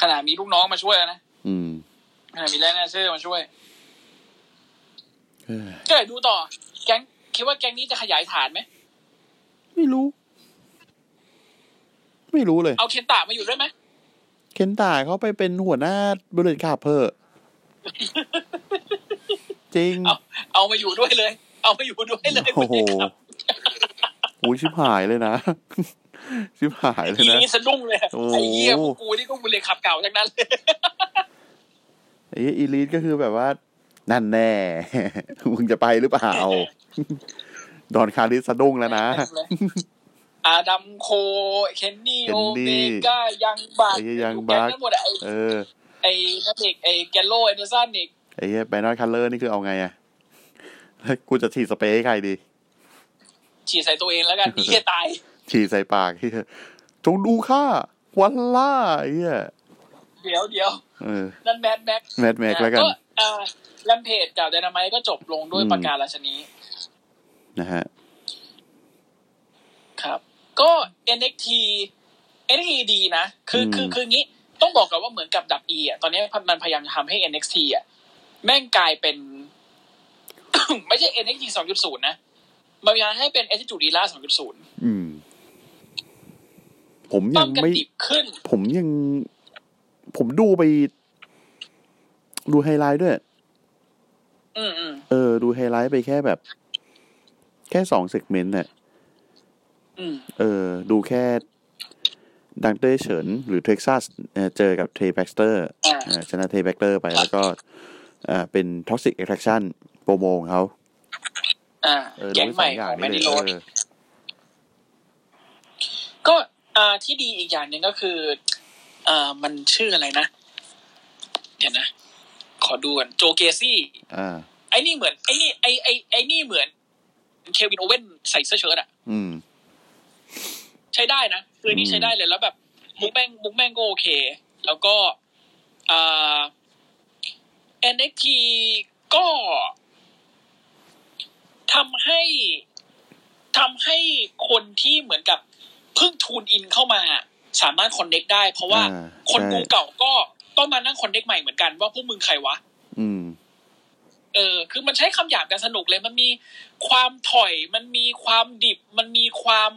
Speaker 2: ขนาดมีลูกน้องมาช่วยแล้วนะ
Speaker 1: อืม
Speaker 2: ขนาดมีแรนนาเซอร์มาช่วย
Speaker 1: เออ
Speaker 2: ก็เลยวดูต่อ แก๊งคิดว่าแก๊งนี้จะขยายฐานไหม
Speaker 1: ไม่รู้ ไม่รู้เลย
Speaker 2: เอาเคนตะมาอยู่ด้วยไหม
Speaker 1: เคนตาเขาไปเป็นหัวหน้าบริษัทขับเพ อะจริง
Speaker 2: เอา เอามาอยู่ด้วยเลย เอามาอยู่ด้วยเลย
Speaker 1: โอ้โห โอ้ยชิบหายเลยนะ ชิบหายเลย
Speaker 2: ที
Speaker 1: นะ
Speaker 2: นี้สะดุ้งเลย
Speaker 1: โอ้
Speaker 2: ไอ้เหี้ยพวกกูนี่ก็บุเลขับเก่าทั้งนั้นเลย
Speaker 1: ไอ้อีลีทก็คือแบบว่า นั่นแน่ มึงจะไปหรือเปล่า ดอนคาริสสะดุ้งแล้วนะ
Speaker 2: อาดัมโค เคนนี่
Speaker 1: เคนนี่
Speaker 2: โอเมก้ายังบัก
Speaker 1: ไอ้เหี้ยยังบัก
Speaker 2: แนั้นหมดอะไอ้
Speaker 1: เออ
Speaker 2: ไอ้นักเด็กไอ้แกลโลเอนเดอร์สันอีก
Speaker 1: ไอ้เหี้ยไปนอตคัลเลอร์นี่คือเอาไงอะ แล้วกูจะฉีดสเปรย์ให้ใครดี
Speaker 2: ฉีดใส่ตัวเองแล้ว กันไอ้เหี้ยตาย
Speaker 1: ฉีดใส่ปากเหี้ย จงดูข้าวันล่าไอ้เหี้ย
Speaker 2: เดี๋ยวเดี๋ยว
Speaker 1: เออ
Speaker 2: นั่นแมดแม็ก
Speaker 1: แมทแม็กแล้วกัน
Speaker 2: แลมเพจกับไดนาไมก็จบลงด้วย
Speaker 1: อืม
Speaker 2: ประการราชนี้
Speaker 1: นะฮะ
Speaker 2: ครับ ก็ NXT NXT ดีนะ คือ
Speaker 1: อืม
Speaker 2: คือคืองี้ ต้องบอกกันว่าเหมือนกับดับ E อ่ะ ตอนนี้มันพยายามจะทำให้ NXT อ่ะ แม่งกลายเป็น ไม่ใช่ NXT 2.0 นะ มันพยายามให้เป็น Attitude Era 2.0
Speaker 1: อืม ผม
Speaker 2: ต้
Speaker 1: ยั
Speaker 2: อง
Speaker 1: ง
Speaker 2: กัน
Speaker 1: ไม่
Speaker 2: ดิบขึ้น
Speaker 1: ผมยัง ผมดูไป ดูไฮไลท์ด้วย
Speaker 2: อืมอืม
Speaker 1: เออ ดูไฮไลท์ไปแค่แบบ แค่สองเซกเมนต์น่ะ
Speaker 2: อืม
Speaker 1: เออ ดูแค่ ดังเต้เฉิน หรือเท็กซัสเอ่อเจอกับเทแบ็กสเตอร์
Speaker 2: อ่า
Speaker 1: ชนะเทแบ็กสเตอร์ไปแล้วก็เอ่อเป็นท็อกซิกเอ็ก c t ชั่นโปรโมของเขา
Speaker 2: อ่า
Speaker 1: เออ
Speaker 2: แก๊งใหม่
Speaker 1: ดูไปสอ
Speaker 2: ของแมน
Speaker 1: เล
Speaker 2: นี่
Speaker 1: ย
Speaker 2: โรส
Speaker 1: เออ
Speaker 2: ก็อ่าที่ดีอีกอย่างหนึ่งก็คืออ่ามันชื่ออะไรนะ เดี๋ยวนะ ขอดูก่อนโจเกซี่
Speaker 1: อ่า
Speaker 2: ไอ้นี่เหมือน ไอ้นี่ไอ้ไอ้ไอ้นี่เหมือนเควินโอเว่นใส่เสื้อเชิ้ตอะ
Speaker 1: อืม
Speaker 2: ใช้ได้นะคืออนนี้
Speaker 1: อืม
Speaker 2: ใช้ได้เลยแล้วแบบมุกแม่งมุกแม่งก็โอเค แล้วก็อ่า NXT ก็ทำให้ทำให้คนที่เหมือนกับเพิ่งทูนอินเข้ามา สามารถคอนเน็กได้ เพราะว่า
Speaker 1: อ่า
Speaker 2: คน
Speaker 1: ใช่
Speaker 2: ดูเก่าก็ต้องมานั่งคอนเน็กใหม่เหมือนกันว่าพวกมึงใครวะ
Speaker 1: อืม
Speaker 2: เออ คือมันใช้คำหยาบกันสนุกเลย มันมีความถอย มันมีความดิบ มันมีความ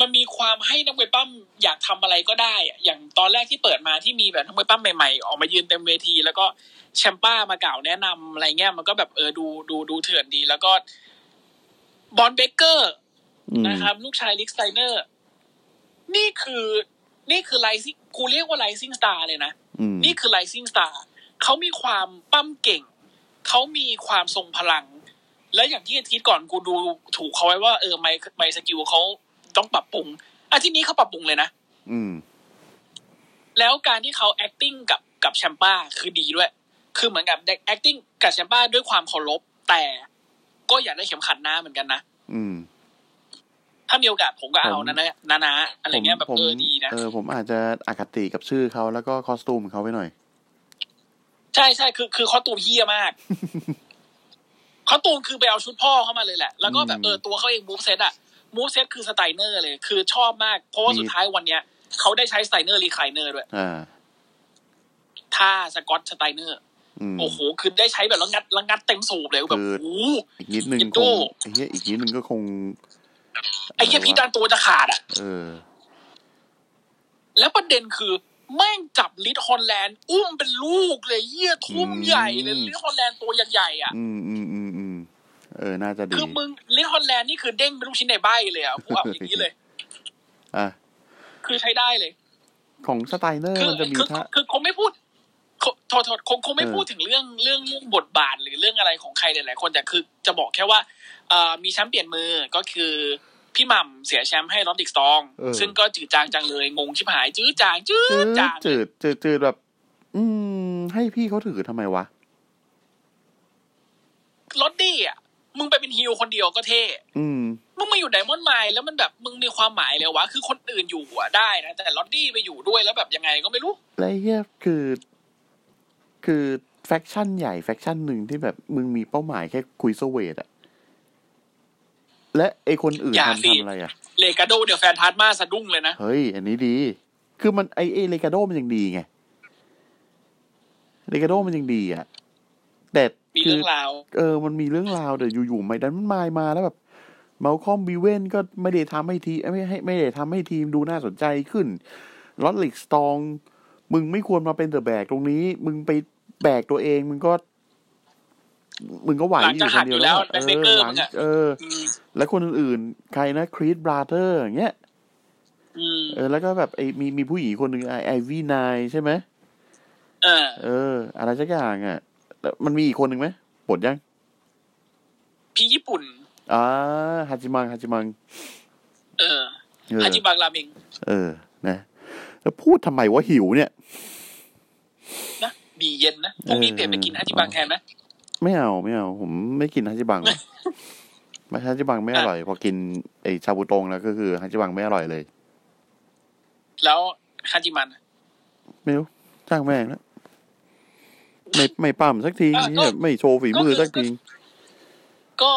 Speaker 2: มันมีความให้นักมวยปั้มอยากทำอะไรก็ได้อะอย่างตอนแรกที่เปิดมาที่มีแบบนักมวยปั้มใหม่ๆ ออกมายืนเต็มเวที แล้วก็แชมป้ามากล่าวแนะนำอะไรเงี้ย มันก็แบบเออดูดูดูเถื่อนดี แล้วก็บอนเบเกอร์
Speaker 1: อืม
Speaker 2: นะครับ ลูกชายลิกสไตเนอร์ นี่คือ นี่คือไลซิ่งกูเรียกว่าไลซิ่งสตาร์เลยนะ
Speaker 1: อืม
Speaker 2: นี่คือ Rising Star เขามีความปั้มเก่ง เขามีความทรงพลัง และอย่างที่อาทิตย์ก่อนกูดูถูกเขาไว้ว่าเออไมไมสกิลเขาต้องปรับปรุงอาทิตย์นี้เขาปรับปรุงเลยนะ
Speaker 1: อืม
Speaker 2: แล้วการที่เขา acting กับกับแชมป้าคือดีด้วย คือเหมือนกับ acting กับแชมป้าด้วยความเคารพแต่ก็อยากได้เข็มขัดหน้าเหมือนกันนะ
Speaker 1: อืม
Speaker 2: ถ้ามีโอกาสผมก็เอา
Speaker 1: ผม
Speaker 2: นะนะนะนะอะไรเงี้ยแบบ
Speaker 1: ผม
Speaker 2: เออดีนะ
Speaker 1: เออผมอาจจะอคติกับชื่อเขาแล้วก็คอสตูมของเขาไปหน่อย
Speaker 2: ใช่ใช่คือคือเขาตูมเฮี้ย มาก เขาตูมคือไปเอาชุดพ่อเข้ามาเลยแหละ แล้วก็แบบ
Speaker 1: อืม
Speaker 2: เออตัวเขาเองมูฟเซตอะมูฟเซตคือสไตเนอร์เลย คือชอบมาก เพราะว่า
Speaker 1: มี
Speaker 2: สุดท้ายวันเนี้ยเขาได้ใช้สไตเนอร์รีไคลเนอร์ด้วย
Speaker 1: อ่า
Speaker 2: ท่าสกอตสไตเนอร์
Speaker 1: อืม
Speaker 2: โอ้โห คือได้ใช้แบบแล้วงัดแล้วงัดเต็มสูบเลยแบบ
Speaker 1: คือ
Speaker 2: โอ้
Speaker 1: อีกนิดนึง
Speaker 2: ยิน
Speaker 1: ค
Speaker 2: โต้
Speaker 1: งไอ้เหี้ยอีกนิดนึงก็คง
Speaker 2: ไอ้เหี้ยพี่ดันตัวจะขาดอะ
Speaker 1: เออ
Speaker 2: แล้วประเด็นคือ แม่งจับลิทฮอลแลนด์อุ้มเป็นลูกเลยเหี้ยทุ่มใหญ่เลย
Speaker 1: อืม
Speaker 2: ลิทฮอลแลนด์ตัวใหญ่ๆอะ
Speaker 1: อืมอืมอืมอืมเออ น่าจะดี
Speaker 2: คือมึงลิทฮอลแลนด์นี่คือเด้งเป็นลูกชิ้นในใบเลยอ่ะพูดแบบอย่างนี้เลย
Speaker 1: อ่ะ
Speaker 2: คือใช้ได้เลย
Speaker 1: ของสไตเนอร์
Speaker 2: คือ
Speaker 1: มันจะมี
Speaker 2: คือ
Speaker 1: ท่า
Speaker 2: คือคงไม่พูดคงโทษโทษคงคงไม่
Speaker 1: เออ
Speaker 2: พูดถึงเรื่องเรื่องเรื่องบทบาทหรือเรื่องอะไรของใครหลายๆคนแต่คือจะบอกแค่ว่าเอ่อมีแชมป์เปลี่ยนมือก็คือพี่หม่ำเสียแชมป์ให้รอนดิกสตอง
Speaker 1: เออ
Speaker 2: ซึ่งก็จืดจางจังเลยงงชิบหายจืดจางจื
Speaker 1: จื
Speaker 2: ด
Speaker 1: ด
Speaker 2: จาง
Speaker 1: จืดจืดจืดแบบ อืม ให้พี่เขาถือทำไมวะ
Speaker 2: รอนดี้อ่ะมึงไปเป็นฮิลคนเดียวก็เท่
Speaker 1: อืม
Speaker 2: มึงมาอยู่ไดมอนด์ไมล์แล้วมันแบบมึงมีความหมายเลยวะคือคนอื่นอยู่อะได้นะแต่ลอดดี้ไปอยู่ด้วยแล้วแบบยังไงก็ไม่รู้
Speaker 1: แล้วไอ้เฮียคือ คือแฟคชั่นใหญ่แฟคชั่นหนึ่งที่แบบมึงมีเป้าหมายแค่คุยโซเวตอะและไอคนอื่น
Speaker 2: อย่า
Speaker 1: ทำ
Speaker 2: สิ
Speaker 1: ทำอะไรอะ
Speaker 2: เลกาโดเดี๋ยวแฟนทาร์มาสะดุ้งเลยนะ
Speaker 1: เฮ้ย อันนี้ดี คือมันไอเอเลกาโดมันยังดีไงเลกาโดมันยังดีอะแต่
Speaker 2: มี
Speaker 1: คื
Speaker 2: เรื่องราว
Speaker 1: เออ มันมีเรื่องราวแต่อยู่ๆไม่ดันมันมายมาแล้วแบบเมาคอมบีเวนก็ไม่ได้ทำให้ทีมไม่ให้ไม่ได้ทำให้ทีมดูน่าสนใจขึ้น ลอตลิกสตอง มึงไม่ควรมาเป็นเดอะแบกตรงนี้ มึงไปแบกตัวเอง มึงก็ มึงก็ไหว
Speaker 2: หลัง
Speaker 1: อ
Speaker 2: จะ
Speaker 1: ยู่คนเดียว
Speaker 2: หักอยู่แล้ว
Speaker 1: เออ
Speaker 2: Backbreaker
Speaker 1: หลั
Speaker 2: มึงอะ
Speaker 1: เออ
Speaker 2: อืม
Speaker 1: แล้วคนอื่นๆ ใครนะครีดบราเธอร์อย่างเงี้ย
Speaker 2: อืม
Speaker 1: เออแล้วก็แบบไอ้มีมีผู้หญิงคนหนึ่งไอไอวีนายใช่ไหม
Speaker 2: เออ
Speaker 1: เออ อะไรสักอย่างอ่ะแล้วมันมีอีกคนหนึ่งไหมปลดยัง
Speaker 2: พี่ญี่ปุ่น
Speaker 1: อ่าฮาจิมังฮาจิมัง
Speaker 2: เออ
Speaker 1: เออ
Speaker 2: ฮาจิบังราเมง
Speaker 1: เออนะ แล้วพูดทำไมว่าหิวเนี่ย
Speaker 2: นะมีเย็นนะพรุ่งนี้เปลี่ยนไปกินฮาจิบังแทนไหม
Speaker 1: ไม่เอาไม่เอา ผมไม่กินฮาจิบังหรอก ไม่ฮาจิบังไม่อร่อย พอกินไอชาบูตงแล้วก็คือฮาจิบังไม่อร่อยเลย
Speaker 2: แล้วฮาจิมันอะ
Speaker 1: ไม่รู้จ้างแม่งแล้วไม่ไม่ปั้มสักที
Speaker 2: อ่ะก็
Speaker 1: เนี่ยไม่โชว์ฝีมือสักที
Speaker 2: ก็ ก็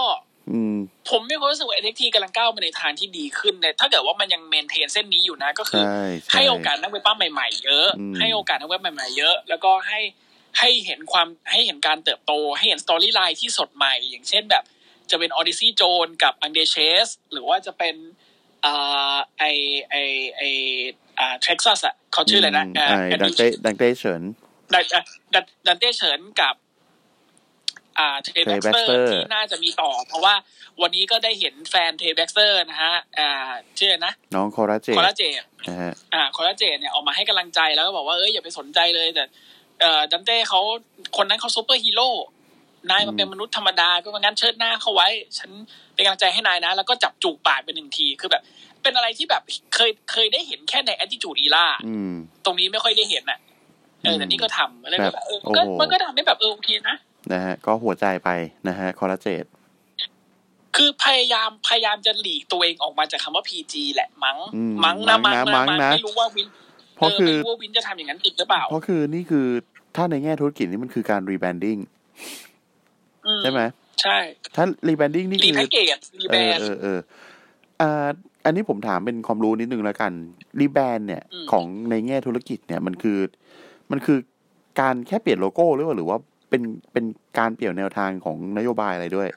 Speaker 1: อืม
Speaker 2: ผมมีความรู้สึกว่าเอเท็กทีกำลังก้าวไปในทางที่ดีขึ้นในถ้าเกิดว่ามันยังเมนเทนเส้นนี้อยู่นะ ก็คือ
Speaker 1: ใช่ช่
Speaker 2: ให้โอกาสนักเว็บป้าใหม่ๆเยอะ
Speaker 1: อืม
Speaker 2: ให้โอกาสนักเว็บใหม่ๆเยอะ แล้วก็ให้ให้เห็นความให้เห็นการเติบโต ให้เห็นสตอรี่ไลน์ที่สดใหม่ อย่างเช่นแบบ จะเป็นออดิซี่โจนกับอังเดเชสหรือว่าจะเป็นอ่าไอไอไออ่าเท็กซัสอ่ะเขาชื่ออะไรนะ
Speaker 1: มไอ้ดังเต้ดังเต้เฉิน
Speaker 2: ดันดันดันเต้เฉินกับ อ่าเทร
Speaker 1: Trey
Speaker 2: แบ็กเตอร์
Speaker 1: Baxter
Speaker 2: ที่น่าจะมีต่อ เพราะว่าวันนี้ก็ได้เห็นแฟนเทรแบ็กเตอร์นะฮะอ่าชื่ออะไรนะ
Speaker 1: น้องคอราเจ
Speaker 2: คอลลาเจน
Speaker 1: นะฮะ
Speaker 2: อ่าคอลลาเจนเนี่ยออกมาให้กำลังใจแล้วก็บอกว่าเอ้ยอย่าไปสนใจเลยแต่เอ่อดันเต้เขาคนนั้นเขาซูเปอร์ฮีโร่นายมันเป็น
Speaker 1: อืม
Speaker 2: มนุษย์ธรรมดาก็งั้นเชิดหน้าเข้าไว้ ฉันเป็นกำลังใจให้นายนะ แล้วก็จับจูบปากเป็นหนึ่งทีคือแบบ เป็นอะไรที่แบบเคยเคยได้เห็นแค่ใน attitude era
Speaker 1: อืม
Speaker 2: ตรงนี้ไม่ค่อยได้เห็นอ่ะเออ
Speaker 1: ม
Speaker 2: แต่นี่ก็ทำอะไรแบบเออ
Speaker 1: แบ
Speaker 2: ก็
Speaker 1: บโอ้โห
Speaker 2: มันก็ทำให้แบบเออโอเคนะ
Speaker 1: นะฮะ ก็หัวใจไปนะฮะคอราเจต
Speaker 2: คือพยายามพยายามจะหลีกตัวเองออกมาจากคำว่า PG แหละมั้ง
Speaker 1: อืม
Speaker 2: มั้งนะมั้งนะ
Speaker 1: มั้ง
Speaker 2: มั้ง
Speaker 1: นะ
Speaker 2: ไม่รู้ว่าวิน
Speaker 1: เพราะ
Speaker 2: เออ
Speaker 1: คือ
Speaker 2: ไม่รู้ว่าวินจะทำอย่างนั้นติดหรือเปล่า
Speaker 1: เพราะคือนี่คือถ้าในแง่ธุรกิจนี่มันคือการรีแบรนดิ้ง
Speaker 2: อืม
Speaker 1: ใช่ไหม
Speaker 2: ใช่
Speaker 1: ถ้ารีแบรนดิ้งนี่
Speaker 2: รี
Speaker 1: คือ
Speaker 2: แพ็กเกจรี
Speaker 1: เอ
Speaker 2: แบร
Speaker 1: อน
Speaker 2: ด์
Speaker 1: เออเอออ่าอันนี้ผมถามเป็นความรู้นิดนึงแล้วกัน รีแบรนด์เนี่ย
Speaker 2: อืม
Speaker 1: ของในแง่ธุรกิจเนี่ยมันคือ มันคือการแค่เปลี่ยนโลโก้หรือเปล่าหรือว่าเป็นเป็นการเปลี่ยนแนวทางของนโยบายอะไรด้วย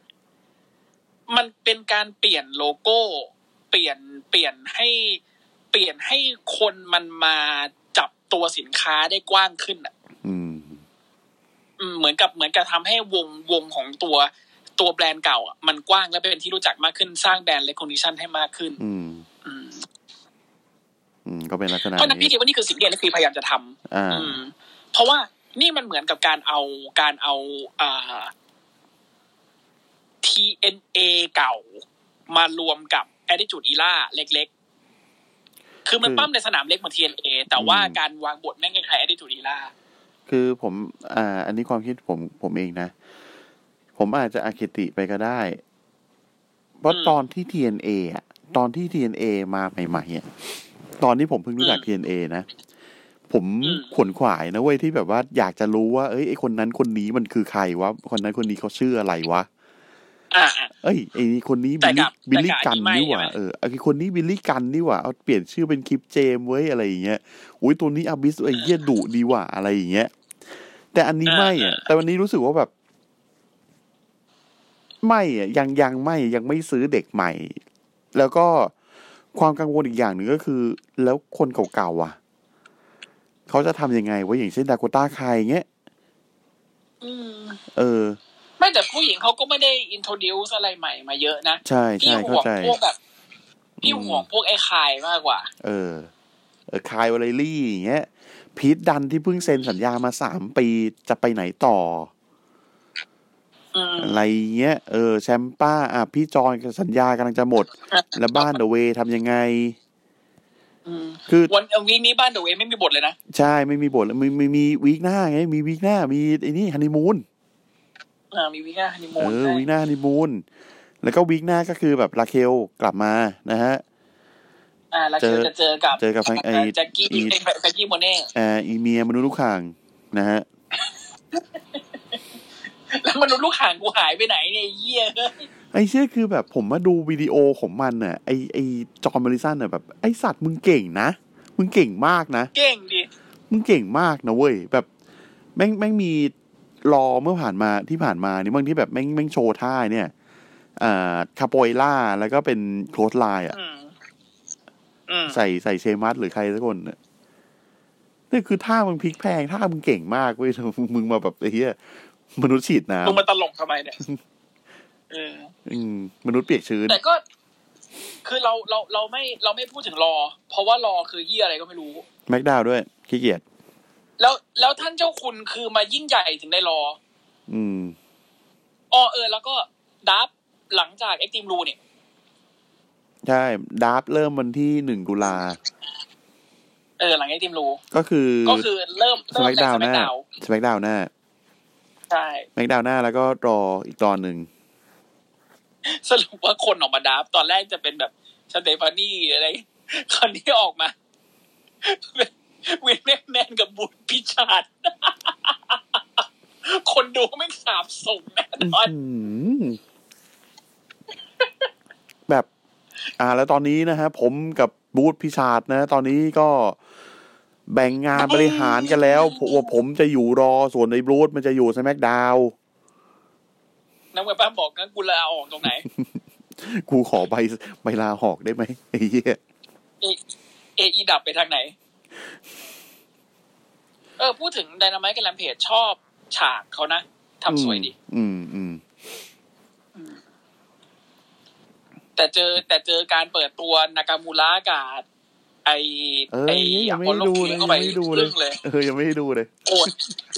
Speaker 2: มันเป็นการเปลี่ยนโลโก้ เปลี่ยนเปลี่ยนให้เปลี่ยนให้คนมันมาจับตัวสินค้าได้กว้างขึ้นอ่ะ
Speaker 1: อืม
Speaker 2: อืมเหมือนกับเหมือนกับทำให้วงวงของตัวตัวแบรนด์เก่าอะมันกว้างและเป็นที่รู้จักมากขึ้นสร้างแบรนด์เลคอนดิชันให้มากขึ้น
Speaker 1: อืม
Speaker 2: อืม
Speaker 1: อืม ก็เป็นลักษณะ
Speaker 2: เพราะฉะนั้นพี่
Speaker 1: นี้
Speaker 2: คิดว่านี่คือสิ่งที่เอ็นพยายามจะทำ
Speaker 1: อ่า
Speaker 2: อืม เพราะว่านี่มันเหมือนกับการเอาการเอาอ่า TNA เก่ามารวมกับ Attitude Era เล็กๆ คือมัน
Speaker 1: คือ
Speaker 2: ปั้มในสนามเล็กเหมือน TNA แต่ว่า
Speaker 1: อืม
Speaker 2: การวางบทแม่งคล้ายๆ Attitude Era
Speaker 1: คือผม อ่า อันนี้ความคิดผมผมเองนะ ผมอาจจะอาคติไปก็ได้ เพราะ
Speaker 2: อืม
Speaker 1: ตอนที่ TNA อ่ะ ตอนที่ TNA มาใหม่ๆอ่ะตอนที่ผมเพิ่งรู้จัก TNA นะ ผม
Speaker 2: อืม
Speaker 1: ขวนขวายนะเว้ยที่แบบว่าอยากจะรู้ว่าเอ้ยไอคนนั้นคนนี้มันคือใครวะคนนั้นคนนี้เขาชื่ออะไรวะ
Speaker 2: อ่าอ่า
Speaker 1: เอ้ยไอ้นี่คนนี้
Speaker 2: แต่
Speaker 1: บิลลี่บิ
Speaker 2: กับ
Speaker 1: ลลี่
Speaker 2: แต่กั
Speaker 1: กับ น
Speaker 2: อัน
Speaker 1: นี่
Speaker 2: นี้
Speaker 1: ห
Speaker 2: ไม่
Speaker 1: ว่า
Speaker 2: ใช่ไหม
Speaker 1: เออไอ้คนนี้บิลลี่กันนี่หว่าเอาเปลี่ยนชื่อเป็นคลิปเจมส์เว้ยอะไรอย่างเงี้ยอุ้ยตัวนี้อาบิสไอ้เหี้ยดุดีหว่าอะไรอย่างเงี้ย แต่อันนี้ไม่อ่ะ แต่วันนี้รู้สึกว่าแบบ ไม่อ่ะยังยังไม่ยังไม่ซื้อเด็กใหม่ แล้วก็ความกังวลอีกอย่างหนึ่งก็คือ แล้วคนเก่าๆอ่ะเขาจะทำยังไงวะอย่างเช่นดาโกต้าใครเงี้ย
Speaker 2: อืม
Speaker 1: เออ
Speaker 2: ไม่แต่ผู้หญิงเขาก็ไม่ได้อินโทรดิวอะไรใหม่มาเยอะนะ
Speaker 1: ใช่
Speaker 2: พี่
Speaker 1: ใช่
Speaker 2: ห่
Speaker 1: เข้าว
Speaker 2: ง
Speaker 1: ใจ
Speaker 2: พวกแบบพี่ห่วงพวกไอ้คายมากกว่า
Speaker 1: เออ เออคายวอลเลรี่อย่างเงี้ย พีทดันที่เพิ่งเซ็นสัญญามาสามปีจะไปไหนต่อ
Speaker 2: อืม
Speaker 1: อะไรเงี้ย เออ แชมป้า อ่ะ พี่จอนสัญญากำลังจะหมด แล้วบ้านเดเวทำยังไง
Speaker 2: อืม
Speaker 1: คือ
Speaker 2: วันเอ่อวีคนี้บ้านเดอะเวย์ไม่มีบทเลยนะ
Speaker 1: ใช่ไม่มีบทแล้วมีมีมีวีคหน้าไง มีวีคหน้า มีไอ้นี่ฮันนีมูน
Speaker 2: อ่ามีวีคหน้าฮันนีมู
Speaker 1: เอน อวีคหน้าฮันนีมูน แล้วก็วีคหน้าก็คือแบบราเคลกลับมานะฮะ
Speaker 2: อ่าแล้วเจอจะเจอกับ
Speaker 1: เจอกับแฟรงค์ไอ้
Speaker 2: แจ็คกี้
Speaker 1: อี
Speaker 2: แจ็คกี้โมเน่
Speaker 1: แอร์อีเมียมนุษย์ลูกข่างนะฮะ
Speaker 2: แล้วมนุษย์ลูกหางกูหายไปไหนเนี่ยไอ้เยี่ย
Speaker 1: ไอ้เชี่ยคือแบบผมมาดูวิดีโอของมันน่ะไอไอจอมบริสันน่ะแบบไอสัตว์มึงเก่งนะ มึงเก่งมากนะ
Speaker 2: เก่งดิ
Speaker 1: มึงเก่งมากนะเว้ยแบบแม่งแม่งมีรอเมื่อผ่านมาที่ผ่านมานี่บางที่แบบแม่งแม่งโชว์ท่าเนี่ยอ่าคาโปยล่าแล้วก็เป็นโคลสไลน์อ่ะ
Speaker 2: อืม อืม
Speaker 1: ใส่ใส่เชมัสหรือใครสักคนน่ะนี่คือท่ามึงพลิกแพลงท่ามึงเก่งมากเว้ย มึงมาแบบไอ้เหี้ยมนุษย์ฉีดน้
Speaker 2: มึงมาตลกทำไมเนี่ยเออ
Speaker 1: ำอืมมนุษย์เปียกชื้น
Speaker 2: แต่ก็ คือเราเราเราไม่เราไม่พูดถึงรอ เพราะว่ารอคือเยี่ยอะไรก็ไม่รู้
Speaker 1: แม็กดาวด้วยขี้เกียจ
Speaker 2: แล้วแล้วท่านเจ้าคุณคือมายิ่งใหญ่ถึงได้รอ
Speaker 1: อืม
Speaker 2: อ๋อเออ แล้วก็ดับหลังจากเอ็กติมรูเนี่ย
Speaker 1: ใช่ดาร์ฟเริ่มวันที่หนึ่งตุลา
Speaker 2: เออ หลังเอ็กติมรู
Speaker 1: ก็คือ
Speaker 2: ก็คือเริ่ม
Speaker 1: ส
Speaker 2: เริ่ม
Speaker 1: มักดาวห
Speaker 2: ใน
Speaker 1: น้า
Speaker 2: SmackDown
Speaker 1: สมักดาวหน้า
Speaker 2: ใช่
Speaker 1: สมักดาวหน้าแล้วก็รออีกตอนหนึ่ง
Speaker 2: สรุปว่าคนออกมาดับตอนแรกจะเป็นแบบสเตฟานี่อะไร คราวนี้ออกมาเป็นวินแมกแมนกับบุตรพิชาต คนดูไม่สาบส่งแน่นอน
Speaker 1: อืม แบบ อ่า แล้วตอนนี้นะฮะ ผมกับบูธพิชาตนะ ตอนนี้ก็แบ่งงานบริหารกันแล้วผมว่าผมจะอยู่รอส่วนในบูธมันจะอยู่สมักดาว
Speaker 2: น้ำเวบป้าบอกงั้นกูลาออกตรงไหน
Speaker 1: กูขอใบใบลาหอกได้ไหมไอ้เหี้ย
Speaker 2: เอเออีดับไปทางไหน เออ พูดถึงไดนา i t กับแลมเพจชอบฉากเขานะทำสวยดี
Speaker 1: อืมอืม
Speaker 2: แต่เจอแต่เจอการเปิดตัวนากามูระกับไอ
Speaker 1: เออ
Speaker 2: ไอ
Speaker 1: ยังไม่
Speaker 2: อล
Speaker 1: ได้
Speaker 2: โล
Speaker 1: ดู
Speaker 2: คิ
Speaker 1: เลย
Speaker 2: เข้า
Speaker 1: ยัง
Speaker 2: ไป
Speaker 1: ไม่ได้ดู
Speaker 2: ค
Speaker 1: เล
Speaker 2: รึ่
Speaker 1: ยเอ
Speaker 2: งเลย
Speaker 1: อยังไม่ได้ดูเลย
Speaker 2: โกรธ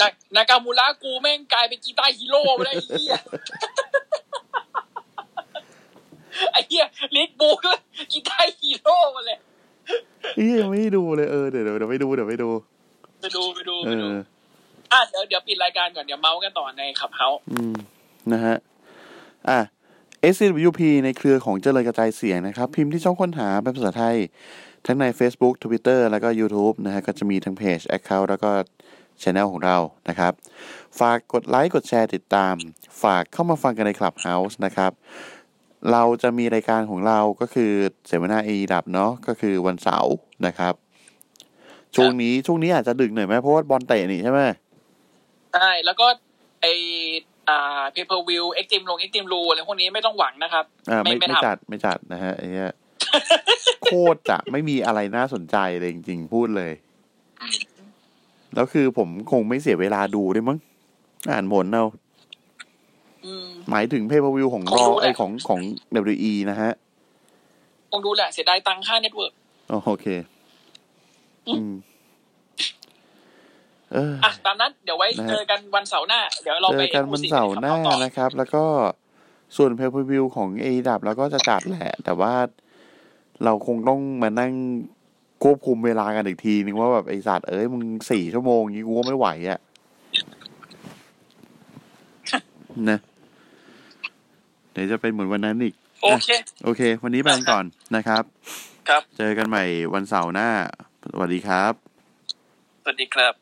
Speaker 2: นานากามูระกูแม่งกลายเป็นกีตาร์ฮีโร่ไปแล้วไอ้เหี้ย ไอ้เหี้ยลิกบูก็กีตาร์ฮีโร่มาเลย
Speaker 1: เอ้ยยังไม่ได้ดูเลยเออเดี๋ยวเดี๋ยวเดี๋ยวไปดูเดี๋ยวไปดู
Speaker 2: ไปดูไปดู
Speaker 1: เอ
Speaker 2: ไปดู
Speaker 1: อ
Speaker 2: อ่ะเดี๋ยวเดี๋ยวปิดรายการก่อนเดี๋ยวเมาส์กันต่อในขับเฮา
Speaker 1: อืม นะฮะ อ่ะ SCWP ในเครือของเจริญกระจายเสียงนะครับ พิมพ์ที่ช่องค้นหาเป็นภาษาไทย ทั้งใน Facebook Twitter แล้วก็ YouTube นะฮะ ก็จะมีทั้งเพจ Account แล้วก็ Channel ของเรานะครับ ฝากกดไลค์กดแชร์ติดตาม ฝากเข้ามาฟังกันใน Clubhouse นะครับ เราจะมีรายการของเราก็คือเสวนาเอดับเนาะก็คือวันเสาร์นะครับ ช่วงนี้ช่วงนี้อาจจะดึกหน่อยไหมเพราะว่าบอลเตะนี่ใช่ไหม
Speaker 2: ใช่ แล้วก็ไออ่าเพเปอร์วิวเอ็กติมลงเอ็กติมรูอะไรพวกนี้ไม่ต้องหวังนะครับ
Speaker 1: อ่าไม่
Speaker 2: ไม่ไม่
Speaker 1: ไม่
Speaker 2: ทำ
Speaker 1: จัดไม่จัดนะฮะไอ้เนี้ย โคตรจะไม่มีอะไรน่าสนใจเลยจริงๆพูดเลย แล้วคือผมคงไม่เสียเวลาดูด้วยมั้ง อ่านผลเอา
Speaker 2: อืม
Speaker 1: หมายถึงเพย์พวิวของ
Speaker 2: ข
Speaker 1: ร
Speaker 2: อง
Speaker 1: อ
Speaker 2: ดูแหละ
Speaker 1: ไอของของ WE นะฮะ
Speaker 2: คงดูแหละเสียดายตังค่าเน็ตเวิร์ก
Speaker 1: อ๋อโอเค อืม เออ
Speaker 2: อ่ะ ตามนั้นเดี๋ยวไว้
Speaker 1: นะฮะ
Speaker 2: เจอกันวันเสาร์หน้า เดี๋ยวเรา
Speaker 1: เจ
Speaker 2: ไป
Speaker 1: อกันวันเสาร์หน้า
Speaker 2: ต่อ
Speaker 1: นะครับ แล้วก็ส่วนเพย์พวิวของ A ดับแล้วก็จะจัดแหละ แต่ว่าเราคงต้องมานั่งควบคุมเวลากันอีกทีนึงว่าแบบไอสัตว์เอ้ยมึงสี่ชั่วโมงอย่างงี้กูก็ไม่ไหวอะ่ะ นะ เดี๋ยวจะเป็นเหมือนวันนั้นอีก
Speaker 2: โฟ โอเค
Speaker 1: โอเค วันนี้ไปกันก่อนนะครับ
Speaker 3: ครับ
Speaker 1: เจอกันใหม่วันเสาร์หน้า สวัสดีครับ
Speaker 3: สวัสดีครับ